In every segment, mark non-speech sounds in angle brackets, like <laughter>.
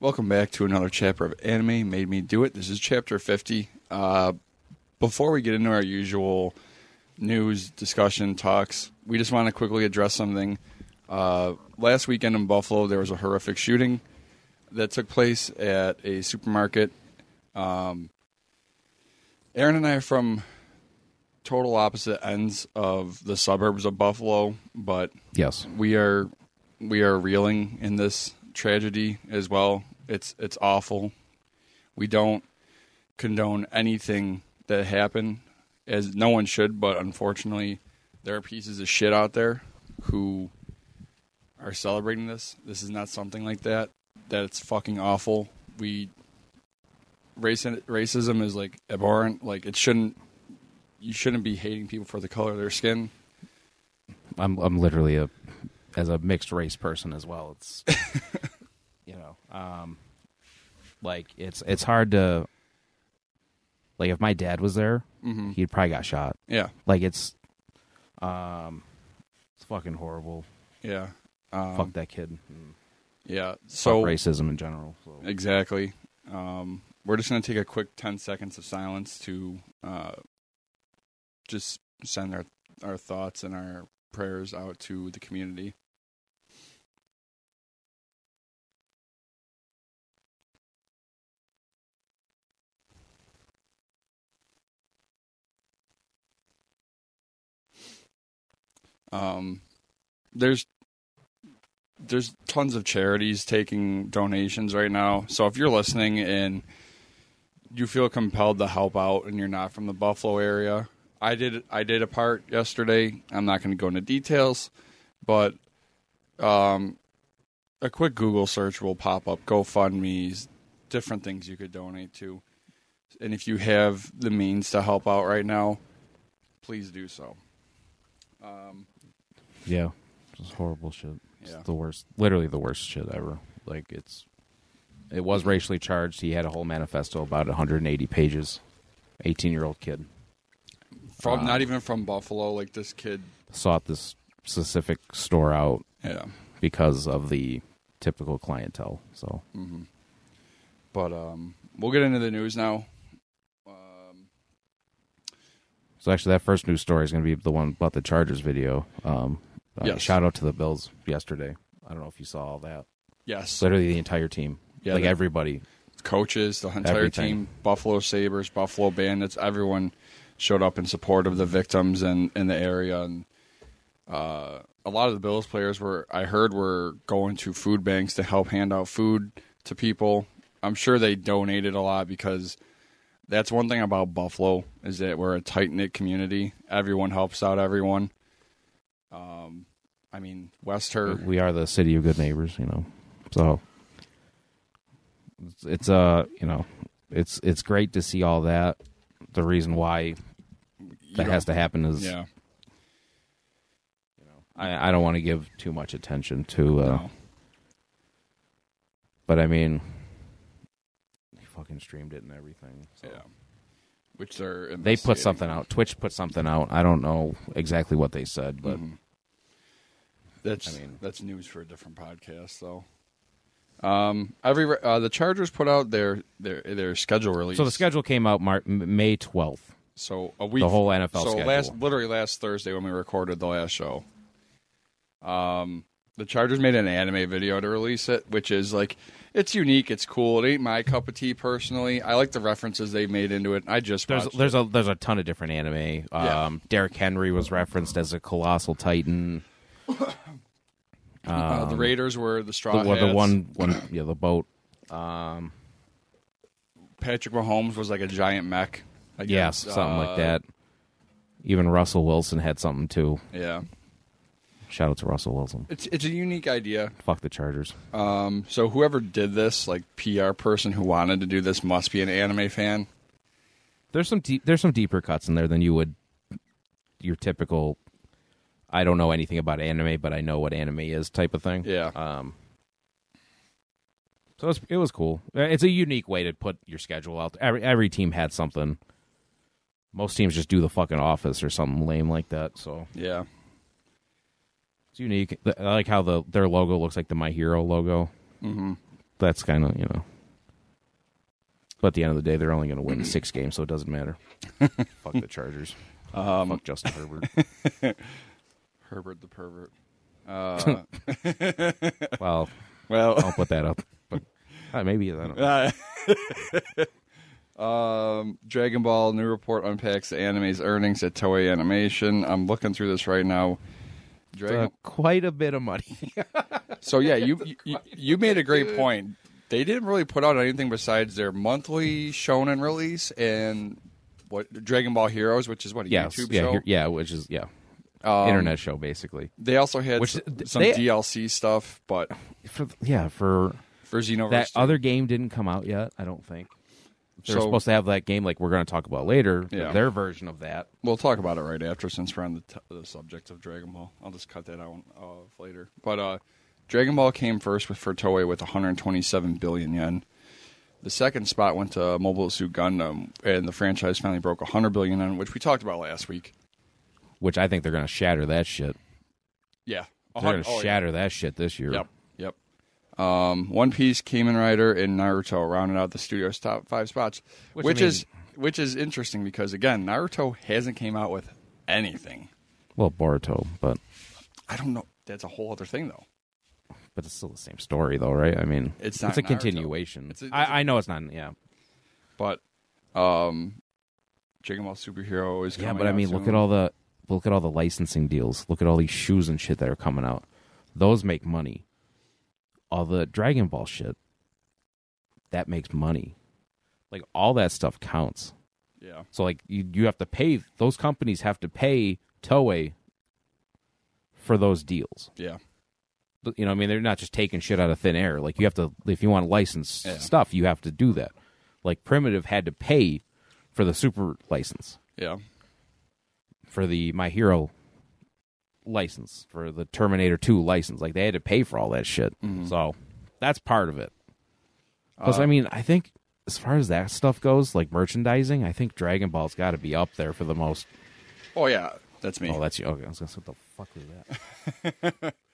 Welcome back to another chapter of Anime Made Me Do It. This is chapter 50. Uh, before we get into our usual news, discussion, talks, we just want to quickly address something. Uh, last weekend in Buffalo, there was a horrific shooting that took place at a supermarket. Um, Aaron and I are from total opposite ends of the suburbs of Buffalo, but Yes. we are we are reeling in this tragedy as well. It's it's awful. We don't condone anything that happened, as no one should. But unfortunately, there are pieces of shit out there who are celebrating this. This is not something like that. That's fucking awful. We race racism is like abhorrent. Like it shouldn't. You shouldn't be hating people for the color of their skin. I'm I'm literally a as a mixed race person as well. <laughs> It's you know, um like it's it's hard to like if my dad was there, Mm-hmm. he'd probably got shot. Yeah. Like it's um it's fucking horrible. Yeah. Um, Fuck that kid. Yeah. So Uh, Fuck racism in general. So. Exactly. Um, we're just going to take a quick 10 seconds of silence to uh, just send our, our thoughts and our prayers out to the community. Um, there's there's tons of charities taking donations right now. So if you're listening and you feel compelled to help out and you're not from the Buffalo area, I did I did a part yesterday. I'm not going to go into details, but um, a quick Google search will pop up GoFundMe's, different things you could donate to. And if you have the means to help out right now, please do so. Yeah. It's horrible shit. It's Yeah. the worst literally the worst shit ever. Like it's it was racially charged. He had a whole manifesto about 180 pages. 18-year-old kid. From not even from Buffalo, like this kid. sought this specific store out Yeah. because of the typical clientele. So Mm-hmm. But um, we'll get into the news now. Um, so actually that first news story is going to be the one about the Chargers video. Um uh, Yes. shout out to the Bills yesterday. I don't know if you saw all that. It's yes, literally the entire team. Yeah, like the- everybody. coaches, the entire Everything. team, Buffalo Sabers, Buffalo Bandits, everyone showed up in support of the victims and in, the area. And uh, a lot of the Bills players were, I heard, were going to food banks to help hand out food to people. I'm sure they donated a lot because that's one thing about Buffalo is that we're a tight knit community. Everyone helps out everyone. Um, I mean, Wester. We are the city of good neighbors, you know. So it's, it's uh, you know, it's it's great to see all that. The reason why that don't- has to happen is Yeah. I, I don't want to give too much attention to uh, No. But I mean, he fucking streamed it and everything. So. Yeah. Which they're They put investigating. something out. Twitch put something out. I don't know exactly what they said, but Mhm. That's I mean- that's news for a different podcast, though. Um, every uh, the Chargers put out their their their schedule release. so the schedule came out Mar- M- May twelfth. So a week. The whole NFL So schedule. last, literally last Thursday when we recorded the last show, um, the Chargers made an anime video to release it, which is like, it's unique, it's cool. It ain't my cup of tea personally. I like the references they made into it. I just There's watched there's a there's a ton of different anime. Um, Yeah. Derrick Henry was referenced as a colossal titan. uh, the Raiders were the straw um, The, well, the hats. one one yeah the boat. Patrick Mahomes was like a giant mech. I Yeah, guess. something Uh, like that. Even Russell Wilson had something too. Yeah, Shout out to Russell Wilson. it's it's a unique idea. Fuck the Chargers. Um, so whoever did this, like PR person who wanted to do this, must be an anime fan. There's some deep, there's some deeper cuts in there than you would your typical. I don't know anything about anime, but I know what anime is type of thing. Yeah. Um. So it was, it was cool. Uh, It's a unique way to put your schedule out. Every every team had something. Most teams just do the fucking office or something lame like that. So Yeah, it's unique. Th- I like how the their logo looks like the My Hero logo. hmm That's kind of you know. But at the end of the day, they're only going to win six games, so it doesn't matter. Fuck the Chargers. Fuck Justin Herbert. Herbert the <laughs> pervert. Uh, well, well, I'll put that up. But uh, maybe I don't know. um, Dragon Ball new report unpacks the anime's earnings at Toei Animation. I'm looking through this right now. Dragon. Uh, quite a bit <laughs> of money. So yeah, you <laughs> you, you made a great point. They didn't really put out anything besides their monthly shonen release and what Dragon Ball Heroes, which is what a yes, YouTube yeah, show. here- yeah, which is yeah, Um, internet show basically. They also had Which- s- th- some they- DLC stuff, but For th- yeah, for for Xenoverse, that two- other game didn't come out yet. I don't think they were So- supposed to have that game like we're going to talk about later. Yeah. Their version of that. we'll talk about it right after since we're on the, t- the subject of Dragon Ball. I'll just cut that out of later. But uh, Dragon Ball came first with, for Toei with 127 billion yen. The second spot went to Mobile Suit Gundam, and the franchise finally broke 100 billion yen, which we talked about last week. Which I think they're going to shatter that shit. oh, Yeah. They're going to shatter that shit this year. Yep. Yep. Um, One Piece, Kamen Rider, and Naruto rounded out the studio's top five spots, Which, which, I is which is interesting because again, Naruto hasn't came out with anything. Well, Boruto, but I don't know. That's a whole other thing though. But it's still the same story, though, right? I mean, It's not a Naruto. continuation. It's a- it's a- I, I know it's not. Yeah, But um, Dragon Ball Superhero is yeah. coming But I out mean, look soon. at all the look at all the licensing deals. Look at all these shoes and shit that are coming out. Those make money. All the Dragon Ball shit that makes money. Like all that stuff counts. yeah. So like you you have to pay those companies have to pay Toei for those deals. Yeah. you know, I mean, they're not just taking shit out of thin air. Like you have to, if you want to license Yeah. stuff, you have to do that. Like Primitive had to pay for the super license, Yeah. for the My Hero license, for the Terminator Two license. Like they had to pay for all that shit. Mm-hmm. So that's part of it. Uh, Plus, I mean, I think as far as that stuff goes, like merchandising, I think Dragon Ball's got to be up there for the most. Oh yeah. That's me. Oh, that's you. Okay, I was gonna say, what the fuck was that? <laughs>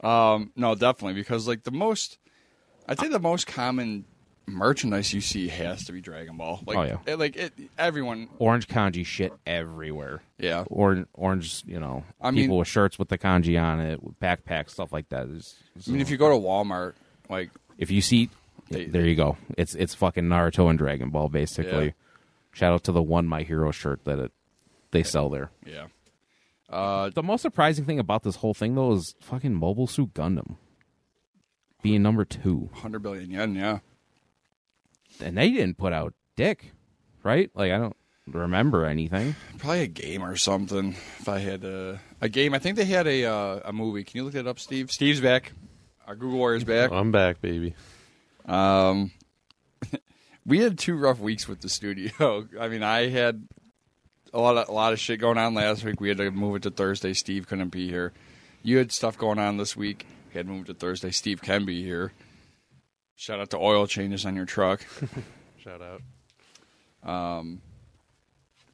Um, no, definitely because like the most, I'd say the most common merchandise you see has to be Dragon Ball. Like, Oh, yeah. it, like it, everyone. Orange kanji shit everywhere. Yeah, orange, orange, you know, I people mean- with shirts with the kanji on it, with backpacks, stuff like that. It's- it's- I mean, if you go to Walmart, like if you see, They- there you go. It's it's fucking Naruto and Dragon Ball basically. Yeah. Shout out to the one My Hero shirt that it they sell there. yeah, uh, The most surprising thing about this whole thing though is fucking Mobile Suit Gundam being number two, hundred billion yen. Yeah, and they didn't put out dick, right? Like I don't remember anything. probably a game or something. If I had a, a game, I think they had a uh, a movie. Can you look that up, Steve? Steve's back. Oh, Our Google Warrior's back. <laughs> I'm back, baby. Um, <laughs> we had two rough weeks with the studio. <laughs> I mean, I had a lot of a lot of shit going on last week. We had to move it to Thursday. Steve couldn't be here. You had stuff going on this week. We had to move it to Thursday. Steve can be here. Shout out to oil changes on your <laughs> truck. Um, Shout out.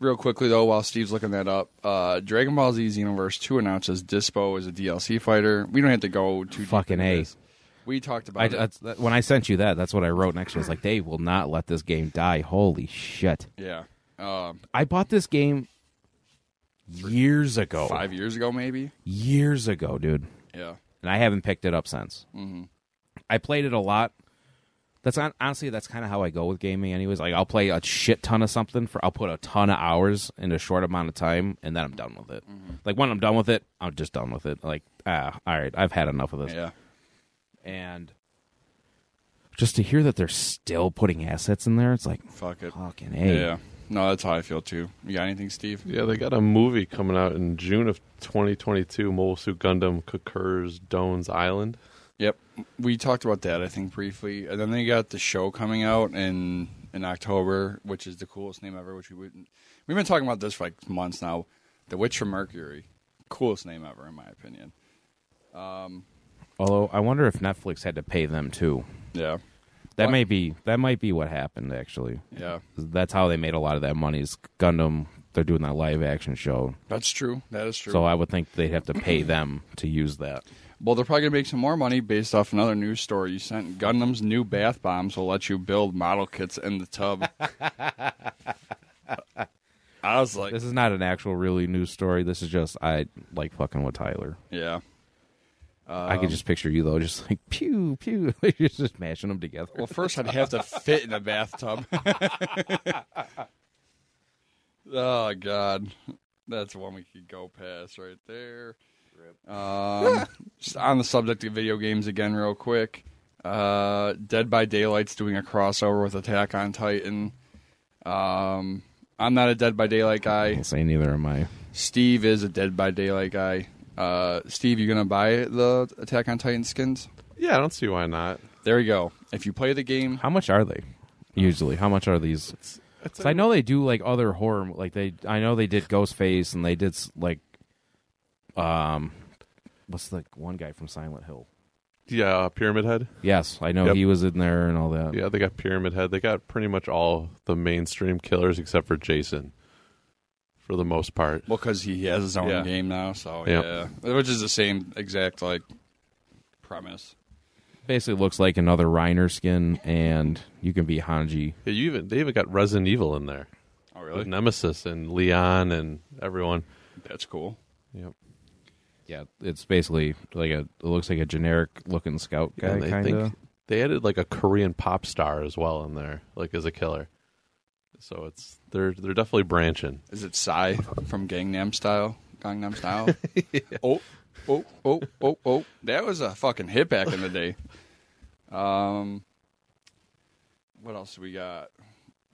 Real quickly though, while Steve's looking that up, uh, Dragon Ball Z Xenoverse Two announces Dispo is a DLC fighter. We don't have to go too deep Fucking into A. this. We talked about I, it. that's, that, when I sent you that, that's what I wrote next. to it. I was like, they will not let this game die. Holy shit. yeah, um, I bought this game years ago. five years ago maybe. years ago, dude, Yeah, and I haven't picked it up since. Mm-hmm. I played it a lot. That's on, honestly that's kind of how I go with gaming, anyways. Like I'll play a shit ton of something for I'll put a ton of hours in a short amount of time, and then I'm done with it. Mm-hmm. Like when I'm done with it, I'm just done with it. Like ah, all right, I've had enough of this. yeah, And just to hear that they're still putting assets in there, it's like fuck it. fucking a. Yeah. No, that's how I feel too. You got anything, Steve? Yeah, they got a movie coming out in June of 2022. Mobile Suit Gundam Kakurs Dones Island. Yep. We talked about that, I think, briefly. And then they got the show coming out in in October, which is the coolest name ever. Which we wouldn't. We've been talking about this for like months now. The Witch from Mercury, coolest name ever, in my opinion. Although I wonder if Netflix had to pay them too. Yeah. That What? may be that might be what happened actually. Yeah. That's how they made a lot of that money. Is Gundam? They're doing that live action show, That's true. That is true. so I would think they'd have to pay them to use that. Well, they're probably going to make some more money based off another news story you sent. Gundam's new bath bombs will let you build model kits in the tub. I was like, This is not an actual really news story. This is just I like fucking with Tyler. yeah. I could just picture you though, <laughs> just like pew pew, <laughs> you're just mashing them together. Well, first I'd have to fit in a bathtub. <laughs> oh God, that's one we could go past right there. Um, just on the subject of video games again, real quick. Uh, Dead by Daylight's doing a crossover with Attack on Titan. Um, I'm not a Dead by Daylight I guy. say neither am I. Steve is a Dead by Daylight guy. Uh, Steve, you gonna buy the Attack on Titan skins? Yeah, I don't see why not. There you go. If you play the game, How much are they usually? How much are these? It's 'Cause I know they do like other horror, like they. I know they did Ghostface and they did s- like, um, what's the one guy from Silent Hill? Yeah, uh, Pyramid Head. Yes, I know Yep. he was in there and all that. Yeah, they got Pyramid Head. They got pretty much all the mainstream killers except for Jason, for the most part. Well, because he has his own Yeah. game now, so Yep. yeah, which is the same exact like premise. Basically, looks like another Reiner skin, and you can be Hanji. Yeah, you even they even got Resident Evil in there Oh, with Nemesis and Leon and everyone. That's cool. Yep. Yeah, it's basically like a. It looks like a generic looking scout guy, and they kind of. think they added like a Korean pop star as well in there, like as a killer. So it's they're they're definitely branching. Is it Psy from Gangnam Style? Gangnam Style. <laughs> Oh, oh, oh, oh, oh! That was a fucking hit back in the day. Um, what else do we got?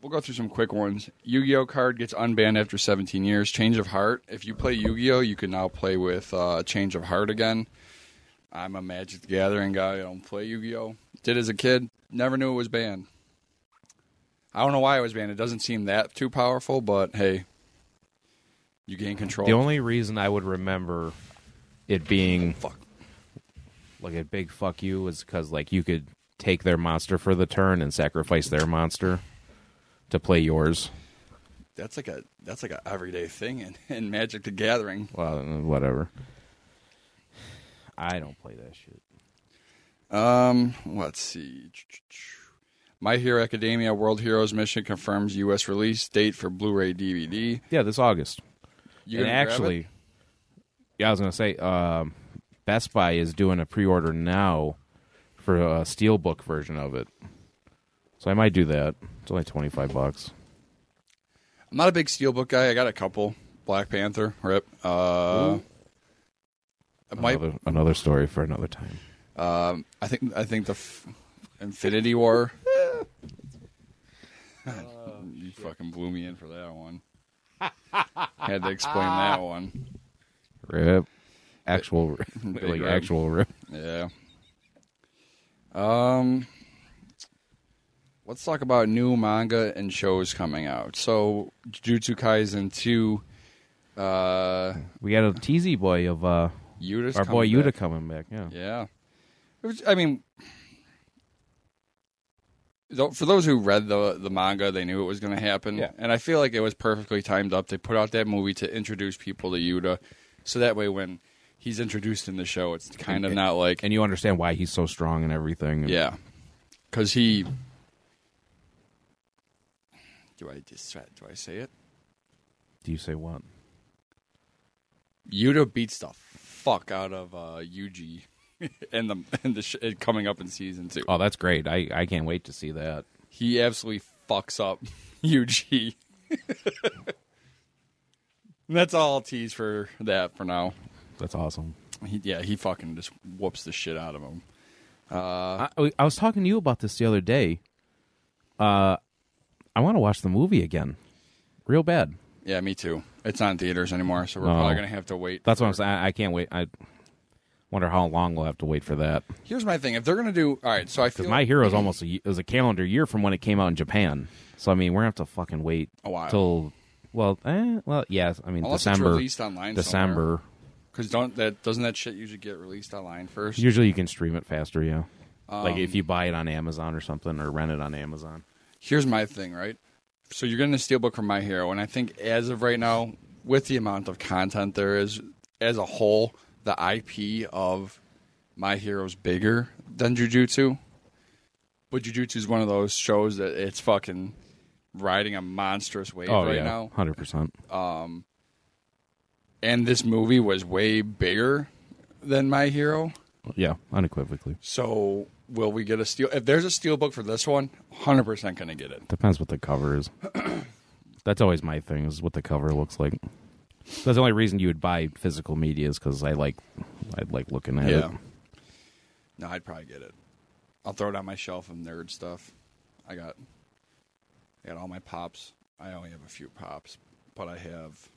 We'll go through some quick ones. Yu-Gi-Oh card gets unbanned after 17 years. Change of Heart. If you play Yu-Gi-Oh, you can now play with uh, Change of Heart again. I'm a Magic the Gathering guy. I don't play Yu-Gi-Oh. Did as a kid. Never knew it was banned. I don't know why it was banned. It doesn't seem that too powerful, but hey, you gain control. The only reason I would remember it being Fuck. like a big fuck you is because like you could take their monster for the turn and sacrifice their monster to play yours. that's like a that's like an everyday thing in, <laughs> in Magic the Gathering. Well, whatever. I don't play that shit. Um, let's see. My Hero Academia World Heroes Mission confirms U.S. release date for Blu-ray DVD. Yeah, this August. You and gonna grab it? actually, yeah, I was gonna say, um, Best Buy is doing a pre-order now for a steelbook version of it, so I might do that. It's only twenty-five bucks. I'm not a big Steelbook guy. I got a couple. Black Panther, rip. Uh, it might. Another, another story for another time. Um, I think I think the f- Infinity <laughs> War. <laughs> you fucking blew me in for that <laughs> one. Had to explain that one. Rip. Actual, like rip. actual rip. Yeah. Um, let's talk about new manga and shows coming out. So, Jujutsu Kaisen two, uh, We got a teasy boy of uh, Yuta's our boy coming Yuta back. coming back. Yeah. Yeah. It was- I mean, though- for those who read the the manga, they knew it was going to happen. Yeah. And I feel like it was perfectly timed up. They put out that movie to introduce people to Yuta, so that way when he's introduced in the show, it's kind of not like And you understand why he's so strong and everything. And yeah, because he. Do I just do I say it? Do you say what? Yuta beats the fuck out of uh, Yuji <laughs> in the in the sh- coming up in season two. Oh, that's great. I, I can't wait to see that. He absolutely fucks up <laughs> Yuji. <laughs> And That's all I'll tease for that for now. That's awesome. He, yeah, he fucking just whoops the shit out of him. I, I was talking to you about this the other day. Uh, I want to watch the movie again. real bad. Yeah, me too. It's not in theaters anymore, so we're No. probably gonna have to wait. That's what I'm saying. I, I can't wait. I wonder how long we'll have to wait for that. Here's my thing: if they're gonna do all right, so I feel Because My Hero is almost a, y- is a calendar year from when it came out in Japan. So I mean, we're gonna have to fucking wait A while. till well, eh, well, yeah. I mean, unless it's December, released online, December. because don't that doesn't that shit usually get released online first? Usually, you can stream it faster. Yeah, like Um, if you buy it on Amazon or something, or rent it on Amazon. here's my thing, right? So you're getting a steelbook from My Hero, and I think as of right now, with the amount of content there is as a whole, the IP of My Hero's bigger than Jujutsu. But Jujutsu is one of those shows that it's fucking riding a monstrous wave Oh right yeah, now. hundred percent. And this movie was way bigger than My Hero. Yeah, unequivocally. So will we get a steel? If there's a steelbook for this one, 100% going to get it. Depends what the cover is. <clears throat> That's always my thing is what the cover looks like. That's the only reason you would buy physical media is because I like, I like looking at Yeah. it. No, I'd probably get it. I'll throw it on my shelf of nerd stuff. I got I got all my pops. I only have a few pops, but I have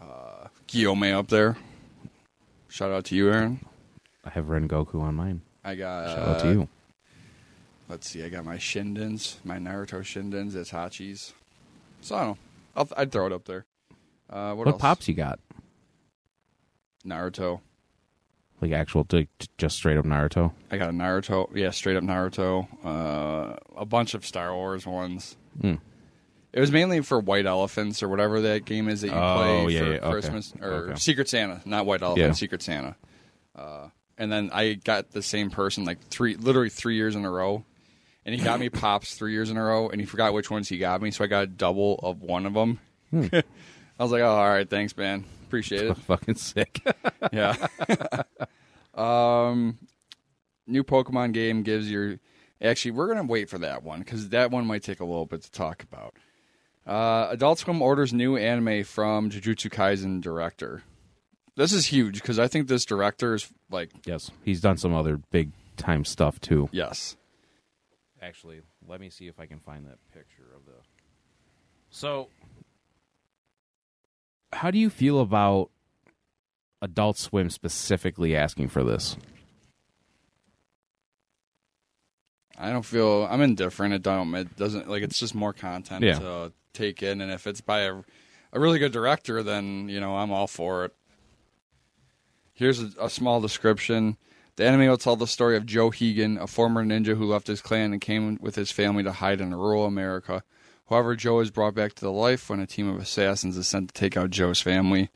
uh Guillaume up there. Shout out to you, Aaron. I have Ren Goku on mine. I got uh, Shout out to you. Let's see. I got my Shindens, my Naruto Shindens, it's Hachi's. So I don't. I'll, I'd throw it up there. Uh, what What, else? pops you got? Naruto. Like actual, t- t- just straight up Naruto. I got a Naruto. Yeah, straight up Naruto. Uh, a bunch of Star Wars ones. <laughs> Mm. It was mainly for White Elephants or whatever that game is that you Oh, play yeah, for yeah, okay. Christmas or Okay. Secret Santa, not White Elephant, Yeah. Secret Santa. Uh, and then I got the same person like three, literally three years in a row, and he got <laughs> me pops three years in a row, and he forgot which ones he got me, so I got a double of one of them. Hmm. <laughs> I was like, oh, all right, thanks, man, appreciate it. <laughs> Fucking sick. yeah. um, new Pokemon game gives your. Actually, we're gonna wait for that one because that one might take a little bit to talk about. Uh, Adult Swim orders new anime from Jujutsu Kaisen director. This is huge because I think this director is like yes, he's done some other big time stuff too. yes. Actually, let me see if I can find that picture of the. So, how do you feel about Adult Swim specifically asking for this? I don't feel I'm indifferent. It don't it doesn't like it's just more content Yeah. to take in, and if it's by a, a really good director, then you know I'm all for it. Here's a, a small description. The anime will tell the story of Joe Hegan, a former ninja who left his clan and came with his family to hide in rural America. However, Joe is brought back to the life when a team of assassins is sent to take out Joe's family.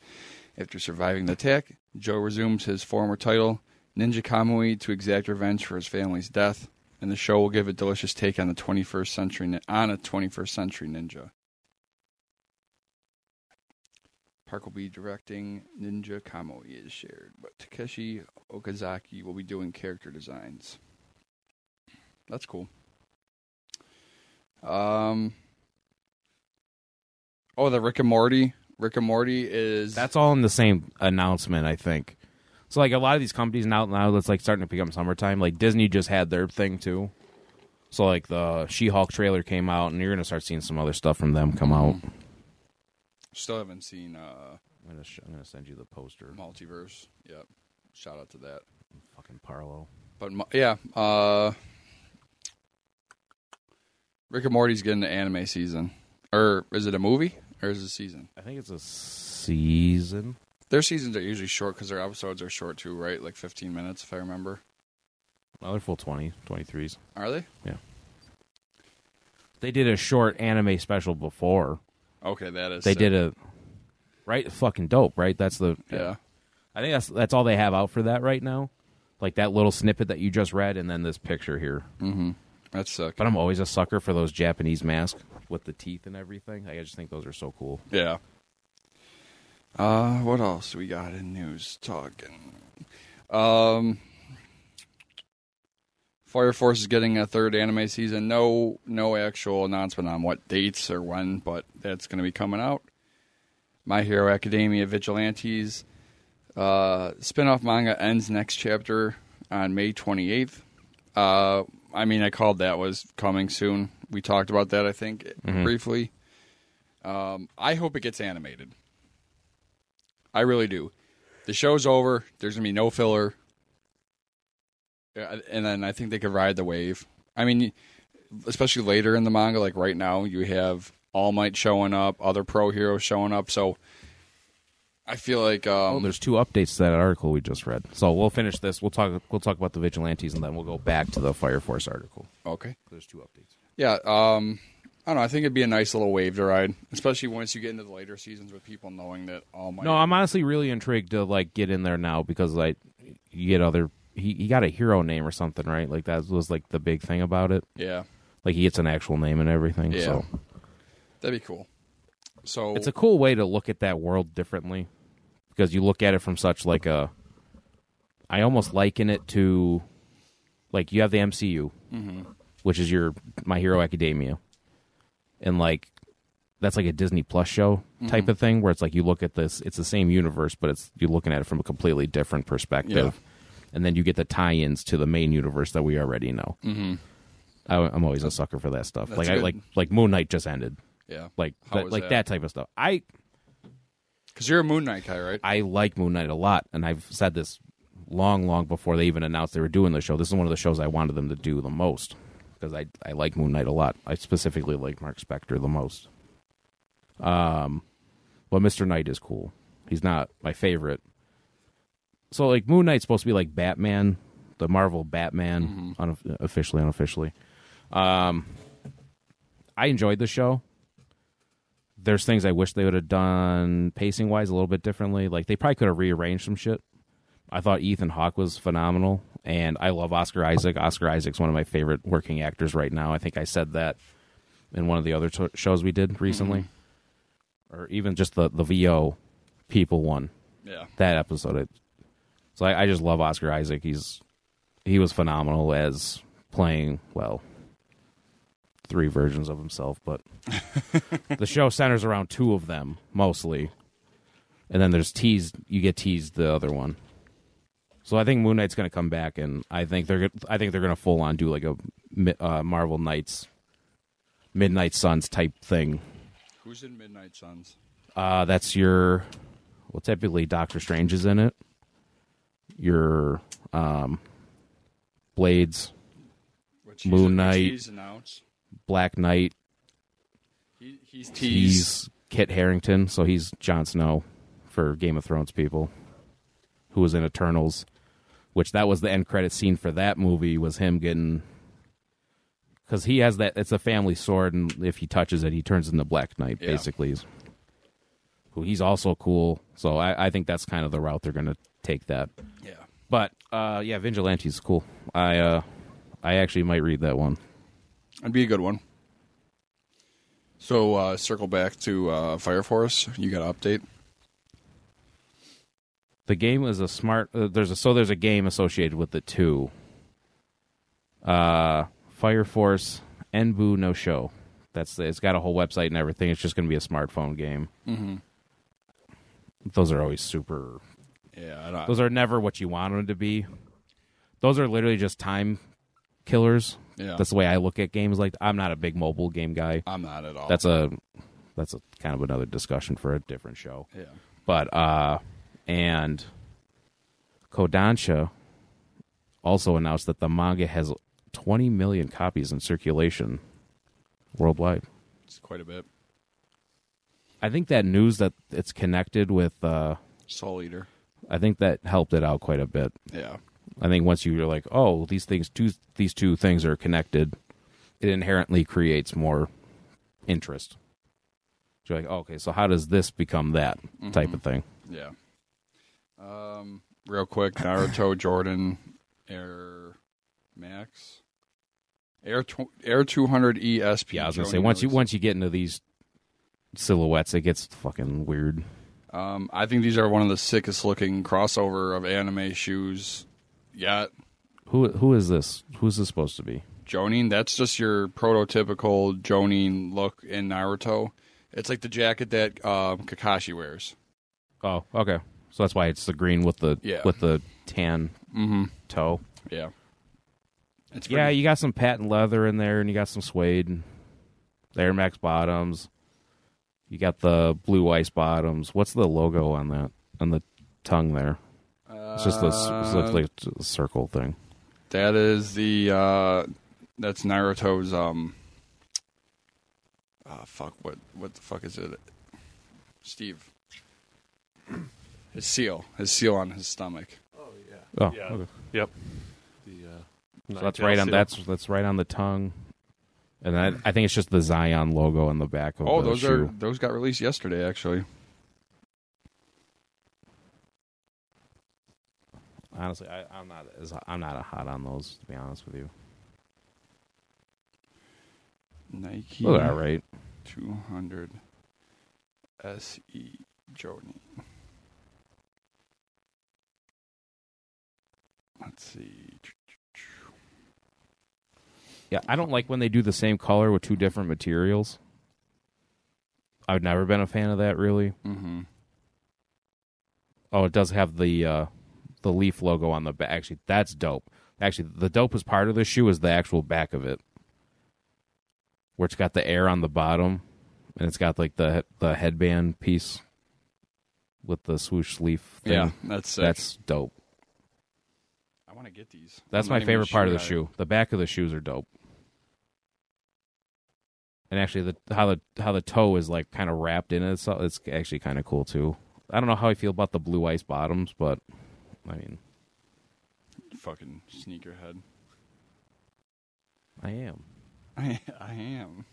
After surviving the attack, Joe resumes his former title, Ninja Kamui, to exact revenge for his family's death, and the show will give a delicious take on the 21st century nin- on a 21st century ninja. Park will be directing Ninja Kamui is shared, but Takeshi Okazaki will be doing character designs. That's cool. Um. Oh, the Rick and Morty. Rick and Morty is That's all in the same announcement, I think. So, like a lot of these companies now, now that's like starting to become summertime. Like Disney just had their thing too. So, like the She-Hulk trailer came out, and you're gonna start seeing some other stuff from them come out. Still haven't seen uh, I'm gonna, sh- I'm gonna send you the poster. Multiverse. Yep. Shout out to that. Fucking Parlo. But mu- yeah, uh, Rick and Morty's getting the anime season, or is it a movie, or is it a season? I think it's a season. Their seasons are usually short because their episodes are short too, right? Like fifteen minutes, if I remember. Another full 20, 23s. Are they? They did a short anime special before. Okay, that is. They sick. did a right fucking dope, right? That's the Yeah. I think that's that's all they have out for that right now. Like that little snippet that you just read and then this picture here. Mm-hmm. That's sick. But I'm always a sucker for those Japanese masks with the teeth and everything. I just think those are so cool. Yeah. Uh, what else we got in news talking? Um, Fire Force is getting a third anime season. No, no actual announcement on what dates or when, but that's going to be coming out. My Hero Academia Vigilantes uh, spin-off manga ends next chapter on May 28th. Uh, Mm-hmm. I mean, I called that was coming soon. We talked about that, I think, briefly. Um, I hope it gets animated. I really do. The show's over. There's gonna be no filler. Yeah, And then I think they could ride the wave. I mean, especially later in the manga, like right now, you have All Might showing up, other pro heroes showing up. So I feel like um, Oh, there's two updates to that article we just read. So we'll finish this. We'll talk. We'll talk about the vigilantes, and then we'll go back to the Fire Force article. okay. There's two updates. Yeah, um, I don't know. I think it'd be a nice little wave to ride, especially once you get into the later seasons with people knowing that all my No, I'm honestly really intrigued to like get in there now because like you get other. He he got a hero name or something, right? Like that was like the big thing about it. yeah, Like he gets an actual name and everything. Yeah. So that'd be cool. So it's a cool way to look at that world differently because you look at it from such like a i almost liken it to like you have the mcu Mm-hmm. which is your my hero academia and like that's like a disney plus show Mm-hmm. type of thing where it's like you look at this it's the same universe but it's you're looking at it from a completely different perspective and then you get the tie-ins to the main universe that we already know mm-hmm. I, i'm always a sucker for that stuff That's like i good. like like moon knight just ended yeah, like How that, was like that? that? type of stuff. I because you're a Moon Knight guy, right? I like Moon Knight a lot, and I've said this long, long before they even announced they were doing the show. This is one of the shows I wanted them to do the most because I I like Moon Knight a lot. I specifically like Mark Spector the most. Um, but Mister Knight is cool. He's not my favorite. So like Moon Knight's supposed to be like Batman, the Marvel Batman, Mm-hmm. unoff- officially, unofficially. Um, I enjoyed the show there's things I wish they would have done pacing wise a little bit differently. Like they probably could have rearranged some shit. I thought Ethan Hawke was phenomenal, and I love Oscar Isaac. Oscar Isaac's one of my favorite working actors right now. I think I said that in one of the other t- shows we did recently, or even just the the VO people one Yeah, that episode. It, so I, I just love Oscar Isaac. He's he was phenomenal as playing well three versions of himself, but the show centers around two of them mostly, and then there's teased. You get teased the other one. So I think Moon Knight's going to come back, and I think they're go- I think they're going to full on do like a mi- uh, Marvel Knights, Midnight Suns type thing who's in Midnight Suns? uh, that's your. Well, typically Doctor Strange is in it. Your um, Blades, Which Moon Knight. He's announced. Black Knight, He, he's teased. he's Kit Harrington, so he's Jon Snow for Game of Thrones people, who was in Eternals, which that was the end credit scene for that movie was him getting. Because he has that, it's a family sword, and if he touches it, he turns into Black Knight, Yeah. basically. He's- Who he's also cool, so I, I think that's kind of the route they're going to take that. Yeah, But uh, yeah, Vigilante's cool. I uh, I actually might read that one. that'd be a good one. So uh, circle back to uh, Fire Force. You got an update? the game is a smart uh, there's a so there's a game associated with the two uh fire force enbu no show that's the, it's got a whole website and everything it's just going to be a smartphone game Mm-hmm. those are always super Yeah, I don't, those are never what you want them to be those are literally just time killers yeah. that's the way i look at games like i'm not a big mobile game guy I'm not at all. that's a that's a kind of another discussion for a different show yeah. but uh and kodansha also announced that the manga has 20 million copies in circulation worldwide It's quite a bit. i think that news that it's connected with uh Soul Eater. i think that helped it out quite a bit Yeah. i think once you're like oh these things two these two things are connected it inherently creates more interest you're like oh, okay so how does this become that type of thing Yeah. Um, real quick, <laughs> Naruto, Jordan, Air Max, Air tw- Air E 200 ESP. Yeah, I was gonna say once you once you get into these silhouettes, it gets fucking weird. Um, I think these are one of the sickest looking crossover of anime shoes yet. Who who is this? Who's this supposed to be? Jonin, that's just your prototypical Jonin look in Naruto. It's like the jacket that um, Kakashi wears. Oh, okay. So that's why it's the green with the Yeah. with the tan Mm-hmm. toe. Yeah. It's Yeah, pretty- you got some patent leather in there, and you got some suede, Air Max bottoms. You got the blue ice bottoms. What's the logo on that on the tongue there? It's just a s- it's Uh, looks like a circle thing. That is the uh that's Naruto's um ah fuck what what the fuck is it? Steve. His seal. His seal on his stomach. Oh, yeah. okay. Yep. The, uh, So Nine that's Tail right on Seal. that's that's right on the tongue. And I, I think it's just the Zion logo on the back of Oh, the those shoe. are those got released yesterday actually. Honestly, I, I'm not as I'm not hot on those to be honest with you. Hmm. Nike Those are all right. two hundred S E Jordan. Let's see. Yeah, I don't like when they do the same color with two different materials. I've never been a fan of that really. Mm-hmm. Oh, it does have the uh, the leaf logo on the back. Actually, that's dope. Actually, the dopest part of the shoe is the actual back of it, where it's got the air on the bottom, and it's got like the the headband piece with the swoosh leaf. Thing. Yeah, that's sick. that's dope. I want to get these. That's I'm not my even a favorite part of the guy. shoe. The back of the shoes are dope. And actually, the how the how the toe is like kind of wrapped in it. It's, it's actually kind of cool too. I don't know how I feel about the blue ice bottoms, but I mean, Fucking sneakerhead. I am. <laughs> I, I am.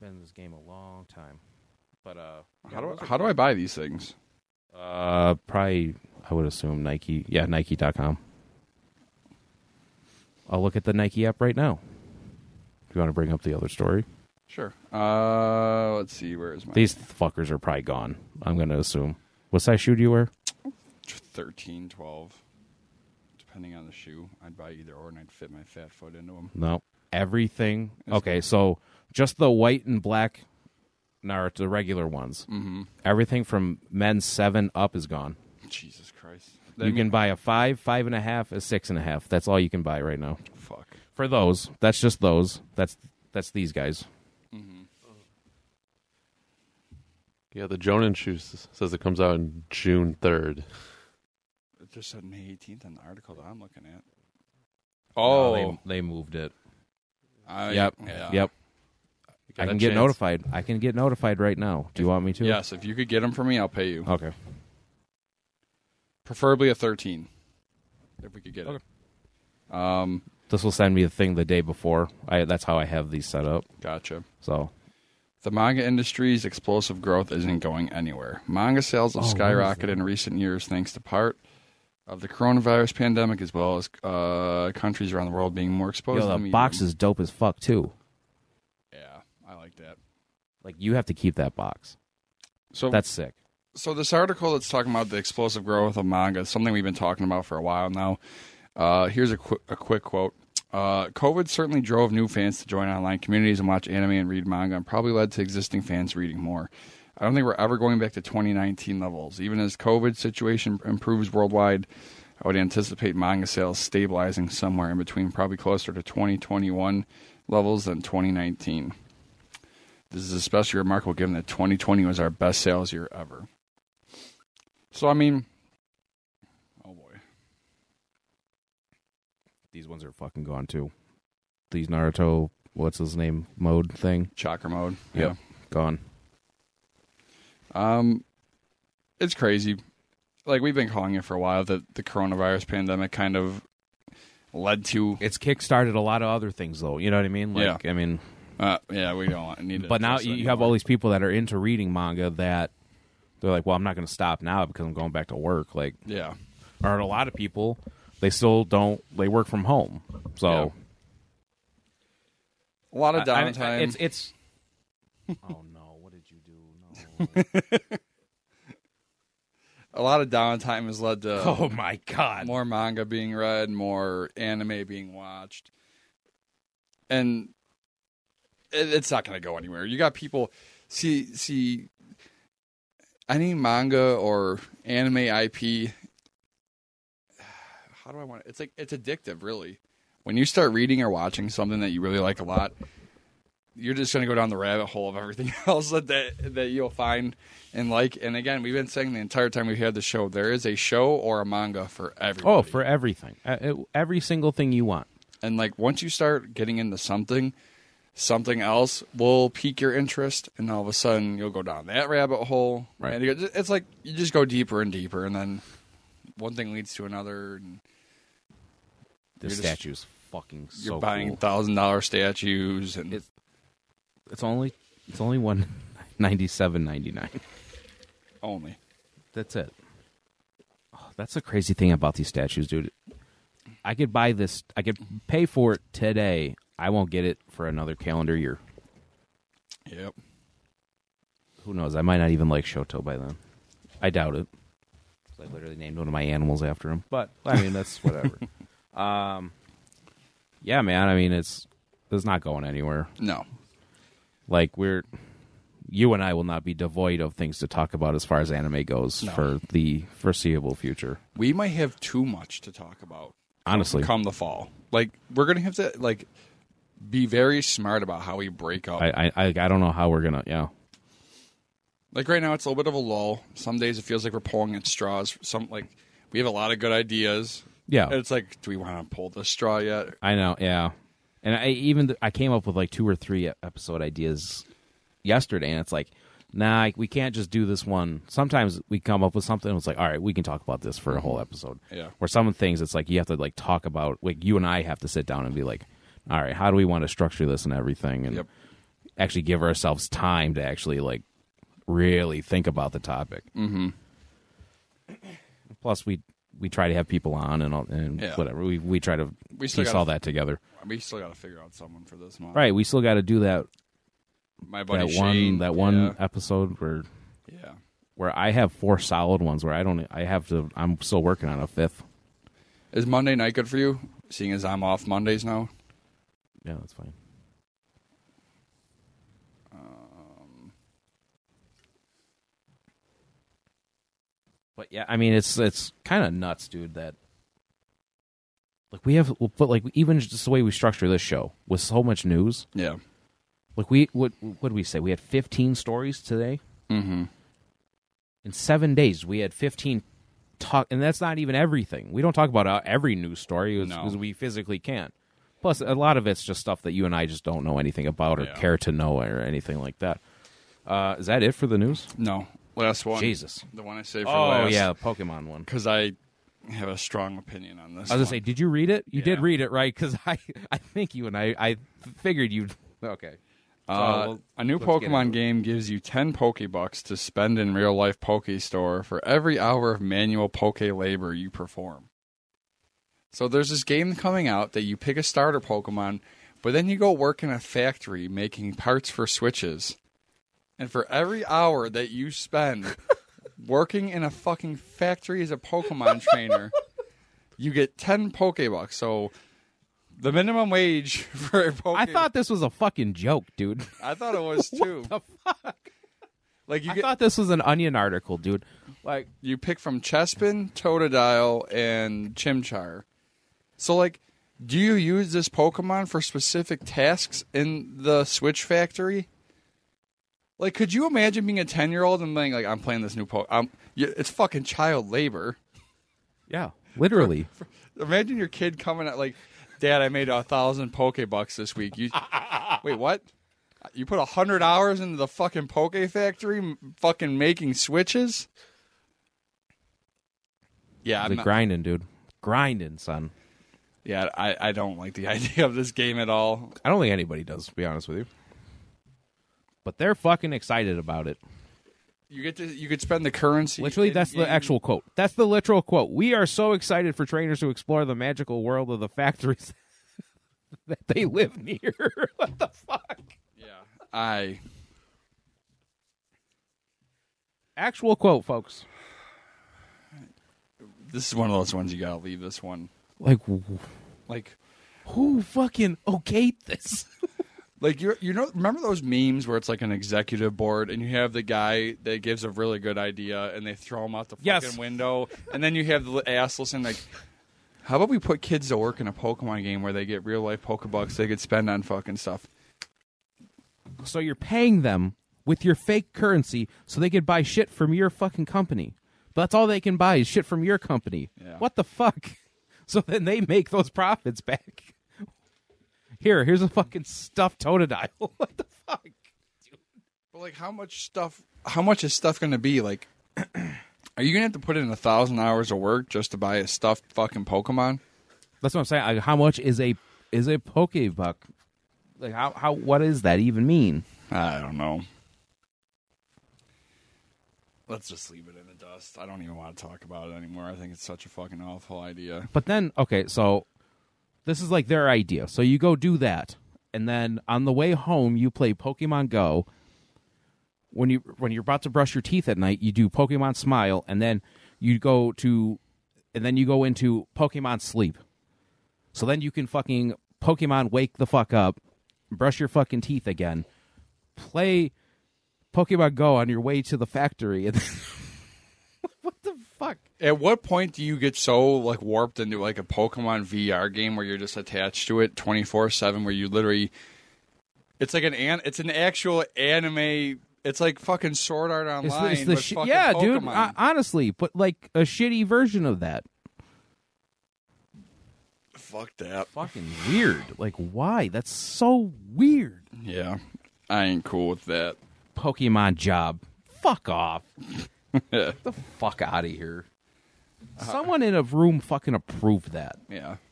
Been in this game a long time, but uh, How do I, how do I buy these things? uh, probably I would assume Nike. Yeah, Nike.com. I'll look at the Nike app right now. If you want to bring up the other story, Sure. Uh, let's see. Where is my these fuckers are probably gone. I'm gonna assume. What size shoe do you wear? 13, 12. Depending on the shoe, I'd buy either or, and I'd fit my fat foot into them. No, everything. That's Okay, so just the white and black Naruto, the regular ones. Mm-hmm. Everything from men's seven up is gone. Jesus Christ. you can buy a five, five and a half, a six and a half. That's all you can buy right now. Fuck. for those. That's just those. That's that's these guys. Mm-hmm. yeah, the Jonin shoes s- says it comes out on June third. It just said May 18th on the article that I'm looking at. No, Oh. they, they moved it. I, yep, yeah. yep. I a can get chance. notified. I can get notified right now. Do you want me to? Yes, if you could get them for me, I'll pay you. Okay. Preferably a 13. If we could get it. Um, This will send me the thing the day before. I that's how I have these set up. gotcha. So The manga industry's explosive growth isn't going anywhere. Manga sales have Oh, what is skyrocketed in recent years thanks to part of the coronavirus pandemic as well as uh, countries around the world being more exposed yo, to the the medium. box is dope as fuck too. Yeah, I like that. Like you have to keep that box. So That's sick. so this article that's talking about the explosive growth of manga is something we've been talking about for a while now. Uh, here's a, qu- a quick quote. Uh, COVID certainly drove new fans to join online communities and watch anime and read manga, and probably led to existing fans reading more. I don't think we're ever going back to 2019 levels. Even as COVID situation improves worldwide, I would anticipate manga sales stabilizing somewhere in between, probably closer to 2021 levels than 2019. This is especially remarkable given that 2020 was our best sales year ever. So I mean, oh boy, These ones are fucking gone too. These Naruto, what's his name, mode thing chakra mode. Yeah. gone. Yeah. Um, it's crazy. Like we've been calling it for a while that the coronavirus pandemic kind of led to. It's kickstarted a lot of other things though. You know what I mean? Like I mean, Uh, yeah, we don't want, need it. but now you you have all these people that are into reading manga that they're like, well, I'm not going to stop now because I'm going back to work. Like, Yeah. or a lot of people, they still don't. They work from home, so A lot of I- I- downtime. it's it's. <laughs> oh no! What did you do? No. a lot of downtime has led to <laughs> <laughs> oh my god! more manga being read, more anime being watched, and it, it's not going to go anywhere. You got people see see any manga or anime IP. <sighs> How do I want? It? It's like it's addictive, really. When you start reading or watching something that you really like a lot, you're just going to go down the rabbit hole of everything <laughs> else that, that that you'll find and like. And again, we've been saying the entire time we've had the show, there is a show or a manga for everybody. Oh, for everything, Uh, it- every single thing you want. and like once you start getting into something, something else will pique your interest, and all of a sudden you'll go down that rabbit hole. Right. And you go- it's like you just go deeper and deeper, and then one thing leads to another. And The You're just- statue's fucking so you're buying cool. thousand dollar statues, and It's- it's only it's only one <laughs> ninety seven ninety nine. only That's it. Oh, that's the crazy thing about these statues, dude. I could buy this. I could pay for it today. I won't get it for another calendar year. yep. Who knows? I might not even like Shoto by then. I doubt it. 'Cause I literally named one of my animals after him. But I mean, that's whatever. um, yeah, man. I mean, it's it's not going anywhere. No, Like we're you and I will not be devoid of things to talk about as far as anime goes No. for the foreseeable future. we might have too much to talk about Honestly, come the fall. Like we're gonna have to like be very smart about how we break up. I, I I I don't know how we're gonna. Yeah, like right now it's a little bit of a lull some days it feels like we're pulling at straws some like we have a lot of good ideas yeah. and it's like do we want to pull this straw yet I know. Yeah, and I even th- I came up with like two or three e- episode ideas yesterday, and it's like, nah, I- we can't just do this one. Sometimes we come up with something, and it's like, all right, we can talk about this for a whole episode. Yeah. Where some things, it's like you have to like talk about. Like you and I have to sit down and be like, all right, how do we want to structure this and everything, and Yep. actually give ourselves time to actually like really think about the topic. Mm-hmm. Plus, we we try to have people on and all, and Yeah. whatever. We we try to We still piece gotta- all that together. we still got to figure out someone for this month Right, we still got to do that my buddy that Shane, one that one yeah, episode where yeah. where I have four solid ones where I don't I have to I'm still working on a fifth. is monday night good for you seeing as i'm off mondays now Yeah, that's fine. But yeah, I mean it's it's kind of nuts, dude. That like we have, but like even just the way we structure this show with so much news. yeah Like we what what did we say? We had 15 stories today. mm-hmm in seven days we had 15 talk and that's not even everything we don't talk about uh, every news story No. because we physically can't plus a lot of it's just stuff that you and i just don't know anything about or Yeah. care to know or anything like that uh, is that it for the news no last one jesus the one i saved for oh last yeah the pokemon one because i have a strong opinion on this i was gonna one. say did you read it you did Yeah. read it right because <laughs> i i think you and i i figured you'd <laughs> okay Uh, well, a new let's get into Pokemon game gives you 10 Pokebucks to spend in real life Pokestore for every hour of manual Poke labor you perform. So there's this game coming out that you pick a starter Pokemon, but then you go work in a factory making parts for Switches. And for every hour that you <laughs> spend working in a fucking factory as a Pokemon trainer, you get 10 Pokebucks. So the minimum wage <laughs> for a Pokemon. i thought this was a fucking joke dude I thought it <laughs> was too. the Like <laughs> you i get thought this was an onion article dude like you pick from Chespin, Totodile, and Chimchar. So like, do you use this Pokemon for specific tasks in the Switch factory? Like, could you imagine being a ten year old and being like, "I'm playing this new Pokemon. I'm, y- it's fucking child labor." yeah literally Imagine your kid coming out like, "Dad, I made a thousand Pokebucks this week." You wait, what? You put a hundred hours into the fucking Poke Factory, m- fucking making switches. Yeah, Like I'm not, grinding, dude. Grinding, son. yeah, I, I don't like the <laughs> idea of this game at all. I don't think anybody does, to be honest with you. But they're fucking excited about it. You get to you could spend the currency. Literally, that's the in-game. actual quote. That's the literal quote. We are so excited for trainers to explore the magical world of the factories <laughs> that they live near. <laughs> what the fuck? Yeah, I Actual quote, folks. this is one of those ones you gotta leave this one. Like, Like who fucking okayed this? Like you, you know, remember those memes where it's like an executive board, and you have the guy that gives a really good idea, and they throw him out the fucking Yes. window, and then you have the ass listening like, "How about we put kids to work in a Pokemon game where they get real life Pokebucks they could spend on fucking stuff?" So you're paying them with your fake currency so they can buy shit from your fucking company. But that's all they can buy is shit from your company. Yeah. What the fuck? <laughs> So then they make those profits back. Here, here's a fucking stuffed totodile. <laughs> what the fuck? But like, how much stuff? How much is stuff going to be like? <clears throat> Are you going to have to put in a thousand hours of work just to buy a stuffed fucking Pokemon? That's what I'm saying. Like, how much is a is a pokebuck? Like how how what does that even mean? I don't know. Let's just leave it in the dust. I don't even want to talk about it anymore. I think it's such a fucking awful idea. But then, okay, so this is like their idea. So you go do that, and then on the way home, you play Pokemon Go. When you when you're about to brush your teeth at night, you do Pokemon Smile, and then you go to, and then you go into Pokemon Sleep. So then you can fucking Pokemon Wake the fuck up, brush your fucking teeth again, play Pokemon Go on your way to the factory, and <laughs> what the fuck? At what point do you get so like warped into like a Pokemon VR game where you're just attached to it 24/7 where you literally It's like an, an it's an actual anime it's like fucking Sword Art Online. It's the- it's the but shi- fucking yeah, dude. Pokemon. ho- honestly, but like a shitty version of that. Fuck that. Fucking weird. Like, why? That's so weird. Yeah. I ain't cool with that. Pokemon job. Fuck off. Get the fuck out of here. Uh-huh. Someone in a room fucking approved that. Yeah. <laughs>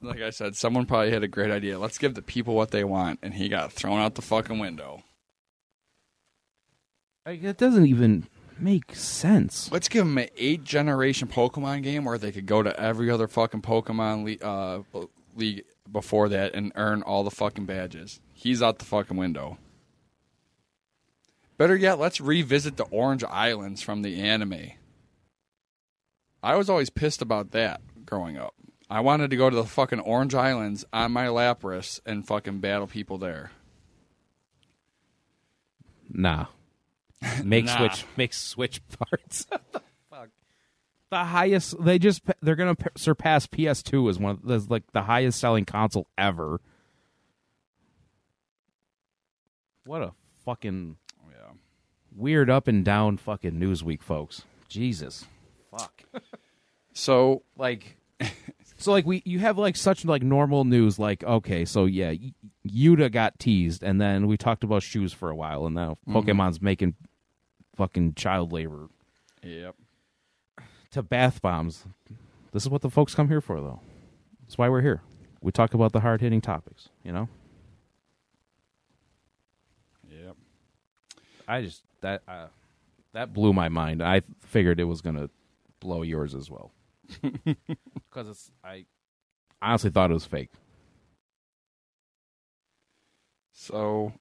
Like I said, someone probably had a great idea. Let's give the people what they want, and he got thrown out the fucking window. Like, that doesn't even make sense. Let's give them an eight generation Pokemon game where they could go to every other fucking Pokemon le- uh, b- league before that and earn all the fucking badges. He's out the fucking window. Better yet, let's revisit the Orange Islands from the anime. I was always pissed about that growing up. I wanted to go to the fucking Orange Islands on my Lapras and fucking battle people there. Nah. Make Nah. switch. Make switch <laughs> parts. What the fuck? The highest they just they're gonna p- surpass PS2 as one of as like the highest selling console ever. What a fucking Yeah. weird up and down fucking Newsweek, folks. Jesus, fuck. So like, so like we you have like such like normal news like okay so yeah y- Yuta got teased and then we talked about shoes for a while and now Pokemon's making fucking child labor Yep. to bath bombs. This is what the folks come here for, though. That's why we're here. We talk about the hard hitting topics, you know. Yep. I just that uh, that blew my mind. I figured it was gonna blow yours <laughs> as well, because it's I honestly thought it was fake. So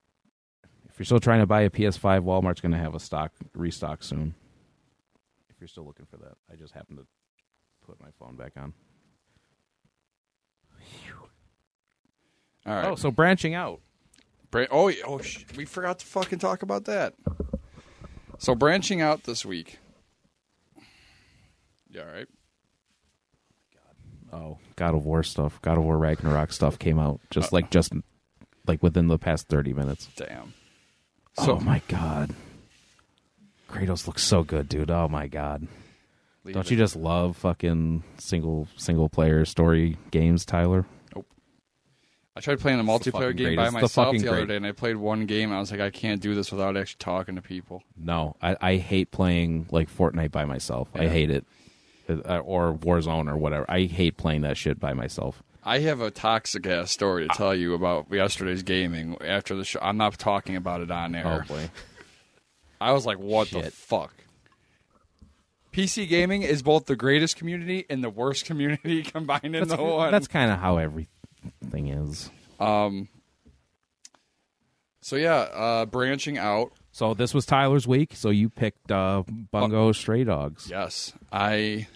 If you're still trying to buy a PS5, Walmart's gonna have a stock restock soon. If you're still looking for that, I just happened to put my phone back on. all right. Oh, so branching out. Bra- oh, yeah. oh, sh- we forgot to fucking talk about that. So branching out this week. Yeah, all right. Oh, God of War stuff, God of War Ragnarok stuff came out just like just like within the past thirty minutes. Damn. So, oh my God, Kratos looks so good, dude. Oh my God, Leave don't it. you just love fucking single single player story games, Tyler? I tried playing a the multiplayer fucking game greatest. by It's the myself fucking the, other great. day, and I played one game. And I was like, I can't do this without actually talking to people. No, I, I hate playing like Fortnite by myself. I Yeah. hate it, Uh, or Warzone or whatever. I hate playing that shit by myself. I have a toxic ass Ah. story to tell you about yesterday's gaming after the show. I'm not talking about it on air. Oh <laughs> boy, I was like, what the Shit. fuck? PC gaming is both the greatest community and the worst <laughs> community combined in that's, the one. that's kind of how everything is. So yeah, uh, branching out. So this was Tyler's week. So you picked uh, Oh. Bungo Stray Dogs. Yes, I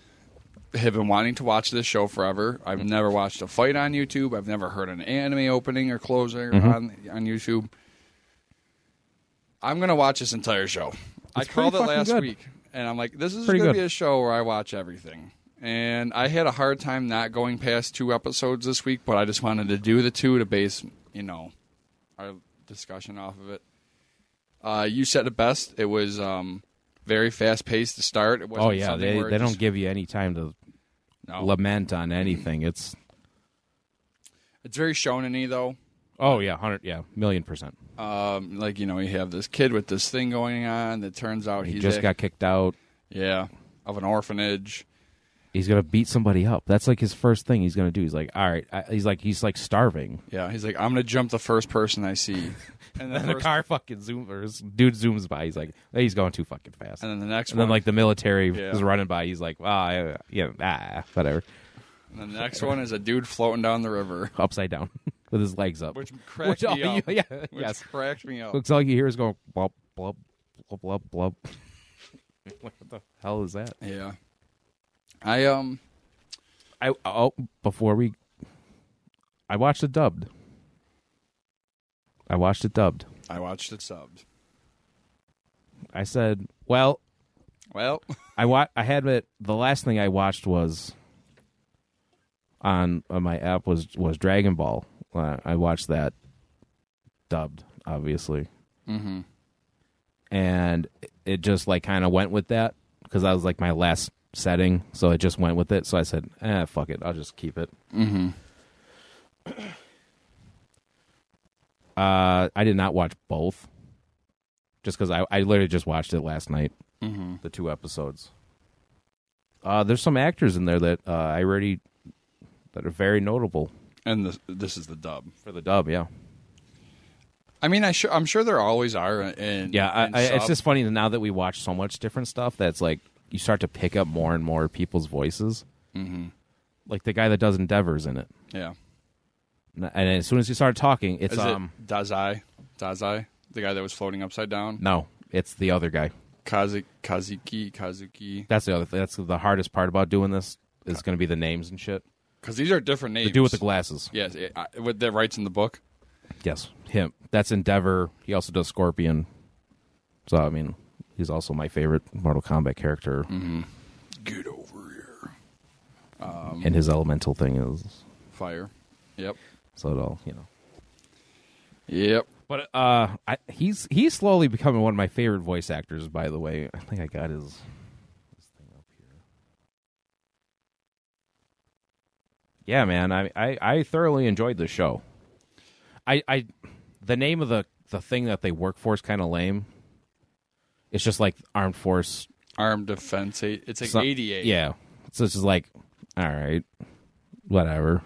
have been wanting to watch this show forever. Mm-hmm. I've never watched a fight on YouTube. I've never heard an anime opening or closing Mm-hmm. on on YouTube. I'm gonna watch this entire show. I pretty called it fucking last good. week, and I'm like, this is Pretty gonna good. be a show where I watch everything. And I had a hard time not going past two episodes this week, but I just wanted to do the two to base, you know, our discussion off of it. Uh, you said it best. It was um, very fast paced to start. It wasn't Oh yeah, something they where it they just- Oh. don't give you any time to no. lament on anything. It's It's very shonen-y, though. oh yeah, hundred yeah, million percent. Um, like you know, you have this kid with this thing going on that turns out He he's just a- got kicked out. yeah of an orphanage. He's gonna beat somebody up. That's like his first thing he's gonna do. He's like, all right. I, he's like, he's <laughs> like starving. Yeah, he's like, I'm gonna jump the first person I <laughs> see, and then And the car fucking zooms, or his dude zooms by. He's like, hey, he's going too fucking fast. and And then the next then one, like the military Yeah. is running by. He's like, ah, yeah, yeah, ah, whatever, and the next one is a dude floating down the <laughs> river, upside down with his legs up. which cracked Which all <laughs> me you- up. <laughs> yeah, which yes. cracked me up. Looks all you hear is going blub blub blub blub blub. <laughs> what the hell is that? Yeah, I um, I oh before we I watched it dubbed. I watched it dubbed. I watched it subbed. I said, well, Well, <laughs> I wa- I had it the last thing I watched was on, on my app was was Dragon Ball. Uh, I watched that dubbed obviously. mm-hmm. and it just like kind of went with that because that was like my last setting, so it just went with it. So I said, "Eh, fuck it, I'll just keep it." Mm-hmm. Uh, I did not watch both, just because I I literally just watched it last night, Mm-hmm. the two episodes. Uh, there's some actors in there that uh, I already that are very notable and this, this is the dub. for the dub. Yeah, I mean, I sure, I'm sure there always are. In, yeah. I, in I, it's sub. just funny that now that we watch so much different stuff, that's like you start to pick up more and more people's voices. Mhm. Like the guy that does Endeavors in it. yeah. N- and as soon as you start talking, it's Is um it Dazai? Dazai, the guy that was floating upside down. no, it's the other guy. Kazi, Kazuki, Kazuki, That's the other. Thing. That's the hardest part about doing this is going to be the names and shit. because these are different names. The dude with the glasses. yes, it, I, what that writes in the book. Yes, him. That's Endeavor. He also does Scorpion. So I mean, he's also my favorite Mortal Kombat character, Get over here, and his elemental thing is fire. Yep, so it all you know. yep. But uh, I, he's he's slowly becoming one of my favorite voice actors. By the way, I think I got his. his thing up here. Yeah, man, I, I I thoroughly enjoyed the show. I I the name of the the thing that they work for is kind of lame. It's just like armed force. Armed defense. eight- It's like some- 88. Yeah, so it's just like, all right, whatever.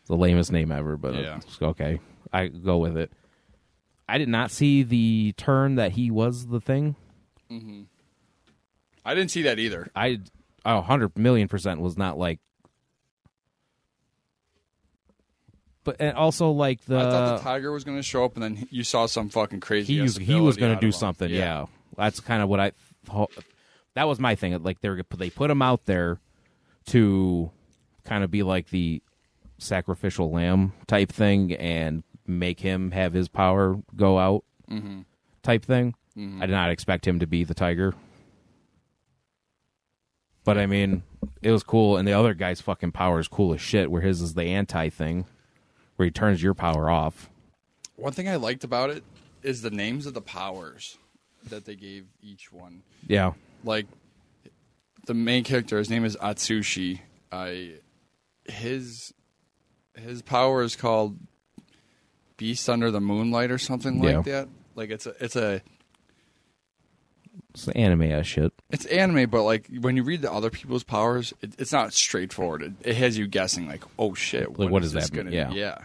It's the lamest name ever, but uh, Yeah. it's okay. I go with it. I did not see the turn that he was the thing. I didn't see that either. I oh, 100 million percent was not like. But and also like the, I thought the tiger was going to show up, and then you saw some fucking crazy. Uh, he was- he was going to do something. Yeah, that's kind of what I. ho- That was my thing. uh, Like they were, they put him out there to kind of be like the sacrificial lamb type thing and make him have his power go out Mm-hmm. type thing. I did not expect him to be the tiger. But I mean, it was cool, and the other guy's fucking power is cool as shit. Where his is the anti thing, where he turns your power off. One thing I liked about it is the names of the powers that they gave each one. Yeah, Like the main character, his name is Atsushi. I his his power is called Beast Under the Moonlight or something Yeah. like that. Like it's a it's a it's the anime ass shit. it's anime, but like when you read the other people's powers, it, it's not straightforward. It, it has you guessing, like, oh shit, what does this that mean? gonna- Yeah. yeah,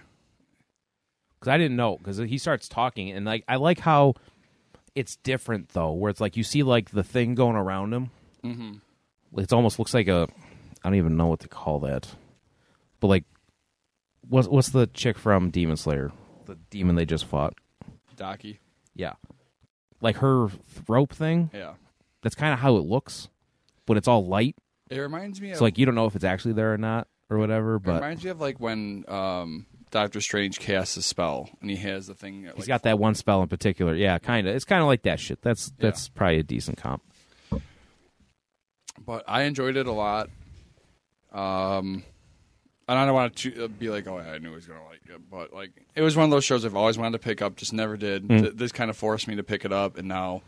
because I didn't know because he starts talking and like I like how it's different though, where it's like you see like the thing going around him. Mm-hmm. It almost looks like a I don't even know what to call that, but like what's what's the chick from Demon Slayer, the demon they just fought? Doki, Yeah, like her rope thing. yeah. That's kind of how it looks, but it's all light. It reminds me of So like you don't know if it's actually there or not or whatever. it But reminds me of like when um, Doctor Strange casts a spell and he has the thing. That, like, He's got that one spell in particular. Yeah, kind of. It's kind of like that shit. That's that's probably a decent comp. but I enjoyed it a lot. Um, and I don't want to uh, be like, oh, I knew he was gonna like it, but like it was one of those shows I've always wanted to pick up, just never did. Mm. Th- this kind of forced me to pick it up, and now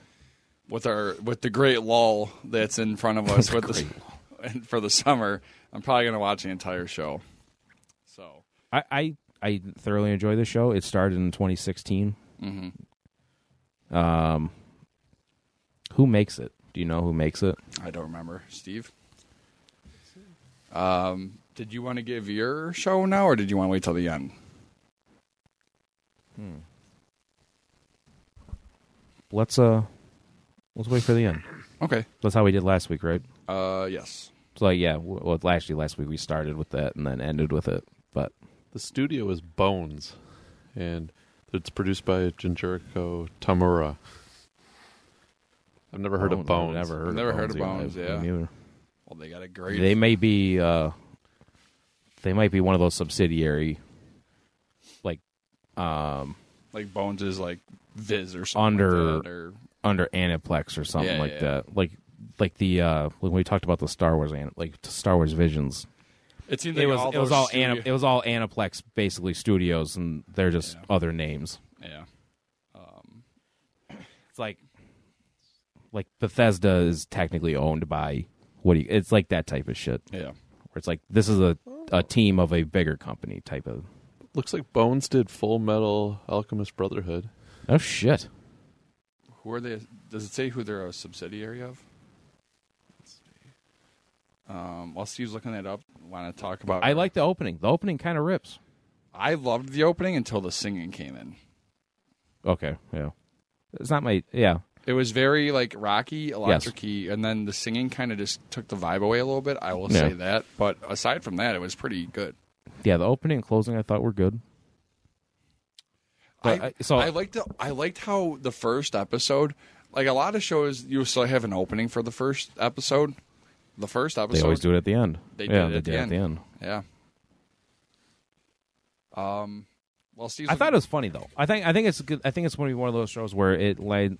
with our with the great lull that's in front <laughs> of us with the, and <laughs> for the summer, I'm probably gonna watch the entire show. So I, I I thoroughly enjoy the show. It started in 2016. Mm-hmm. Um, who makes it? Do you know who makes it? I don't remember, Steve. Um, did you want to give your show now, or did you want to wait till the end? Let's uh, let's wait for the end. Okay. That's how we did last week, right? Uh, yes. So like, yeah, w- well, actually, last week we started with that and then ended with it. But The studio is Bones, and it's produced by Jinjuriko Tamura. I've never heard of Bones. Never heard, Never of, heard of Bones, Bones, either. yeah. I mean, Well, they got a great. They may be. Uh, they might be one of those subsidiary, like, um, like Bones is like Viz or something Under- like that, or under Aniplex or something Yeah, like yeah, that. Like like the uh when we talked about the Star Wars Ani- like Star Wars Visions. it seems It like was all it was those all studio- Ani- it was all Aniplex basically studios and they're just Yeah. other names. yeah. It's like like Bethesda is technically owned by what do you it's like that type of shit. Yeah. Where it's like this is a, a team of a bigger company type of Looks like Bones did Full Metal Alchemist Brotherhood. Oh shit. Who are they? Does it say who they're a subsidiary of? Um, while Steve's looking that up, want to talk about? I like the opening. The opening kind of rips. I loved the opening until the singing came in. Okay, yeah. It's not my yeah. It was very like rocky, electric and then the singing kind of just took the vibe away a little bit. I will say Yeah. that. But aside from that, it was pretty good. Yeah, the opening and closing I thought were good. But I, I- so- I liked the, I liked how the first episode, like a lot of shows, you still have an opening for the first episode. The first episode, They always do it at the end. They did yeah, it at they the did it at the end. yeah. Um, well, Steve, I thought it was funny though. I think I think it's good. I think it's going to be one of those shows where it like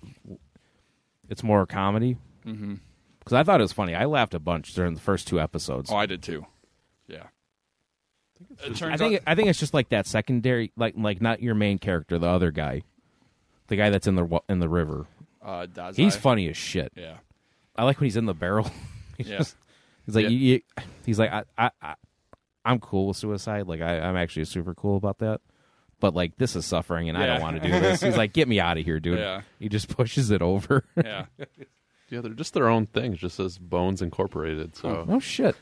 it's more comedy. Because Mm-hmm. I thought it was funny. I laughed a bunch during the first two episodes. Oh, I did too. Yeah. It turns I think out, I think it's just like that secondary, like like not your main character, the other guy, the guy that's in the wa- in the river. uh, Dazai- He's funny as shit. Yeah. I like when he's in the barrel. <laughs> he's, Yeah. just- he's like Yeah. you, you- he's like I, I I I'm cool with suicide. Like I, I'm actually super cool about that. But like this is suffering, and I don't Yeah. want to do this. He's like, get me out of here, dude. Yeah. He just <laughs> pushes it over. Yeah. Yeah, they're just their own thing. It just says Bones Incorporated. So <laughs> oh shit.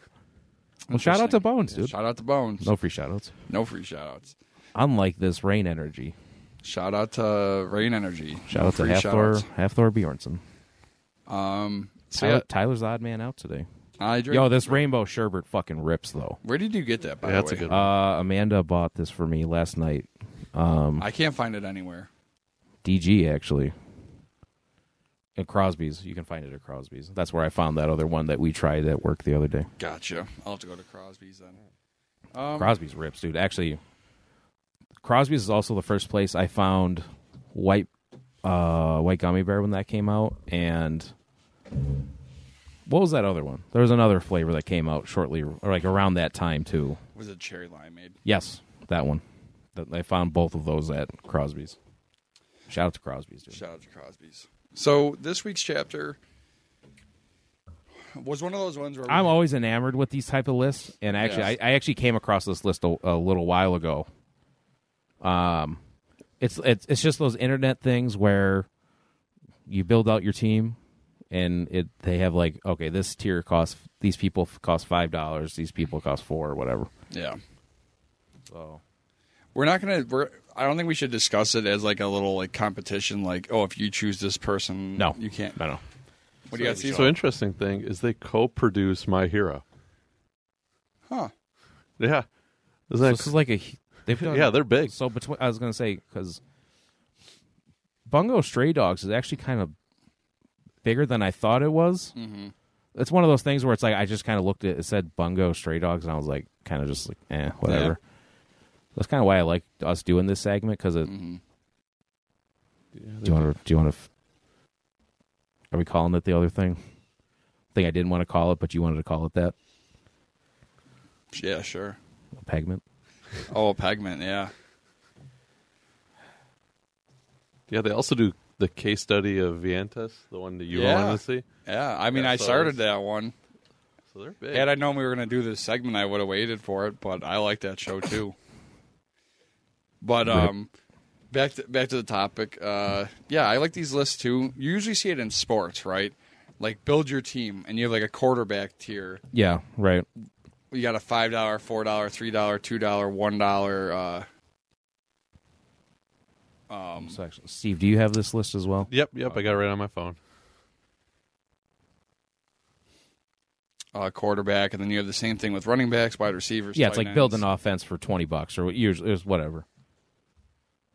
Well, shout out to Bones, dude. Shout out to Bones. No free shout outs. No free shout outs. Unlike this rain energy. Shout out to Rain Energy. Shout out to Free Half Thor, shout-outs. Half Thor Bjornsson. Um, so Tyler, yeah, Tyler's the odd man out today. I drink. Yo, this rainbow sherbet fucking rips though. Where did you get that? By yeah, that's the a way, good one. Uh, Amanda bought this for me last night. I can't find it anywhere. DG actually. At Crosby's, you can find it at Crosby's. That's where I found that other one that we tried at work the other day. Gotcha. I'll have to go to Crosby's then. Um, Crosby's rips, dude. Actually, Crosby's is also the first place I found white uh white gummy bear when that came out and what was that other one? There was another flavor that came out shortly or like around that time too. was it cherry limeade? Yes, that one. That I found both of those at Crosby's. Shout out to Crosby's, dude. Shout out to Crosby's. So this week's chapter was one of those ones where we- I'm always enamored with these type of lists, and actually, Yes. I, I actually came across this list a, a little while ago. Um, it's it's it's just those internet things where you build out your team, and it they have like okay, this tier costs these people f- cost five dollars, these people cost four or whatever. yeah. So We're not gonna. We're. I don't think we should discuss it as like a little like competition. Like, oh, if you choose this person, no, you can't. No, no. What do you got? Steve? so interesting thing is they co-produce My Hero. huh? Yeah, Isn't So that this is like a hu- they've done yeah, they're big. So between, I was gonna say because Bungo Stray Dogs is actually kind of bigger than I thought it was. Mm-hmm. It's one of those things where it's like I just kind of looked at it, it said Bungo Stray Dogs, and I was like, kind of just like, eh, whatever. That's kind of why I like us doing this segment because it. Mm-hmm. Yeah, Do you want to? Do you want to? Are we calling it the other thing? Thing I didn't want to call it, but you wanted to call it that. Yeah, sure. Pegment. Oh, Pegman, yeah. Yeah, they also do the case study of Vientas, the one that you Yeah. want to see. Yeah, I mean, Yeah, I so started it's- that one. So they're big. Had I known we were going to do this segment, I would have waited for it, but I like that show <coughs> too. But um back to, back to the topic. Uh yeah, I like these lists too. You usually see it in sports, right? Like build your team and you have like a quarterback tier. Yeah, right. You got a $5, $4, $3, $2, $1 uh So actually, Steve, do you have this list as well? yep, yep. I got it right on my phone. uh, quarterback, and then you have the same thing with running backs, wide receivers. yeah, it's tight like ends. build an offense for twenty bucks or usually it's whatever.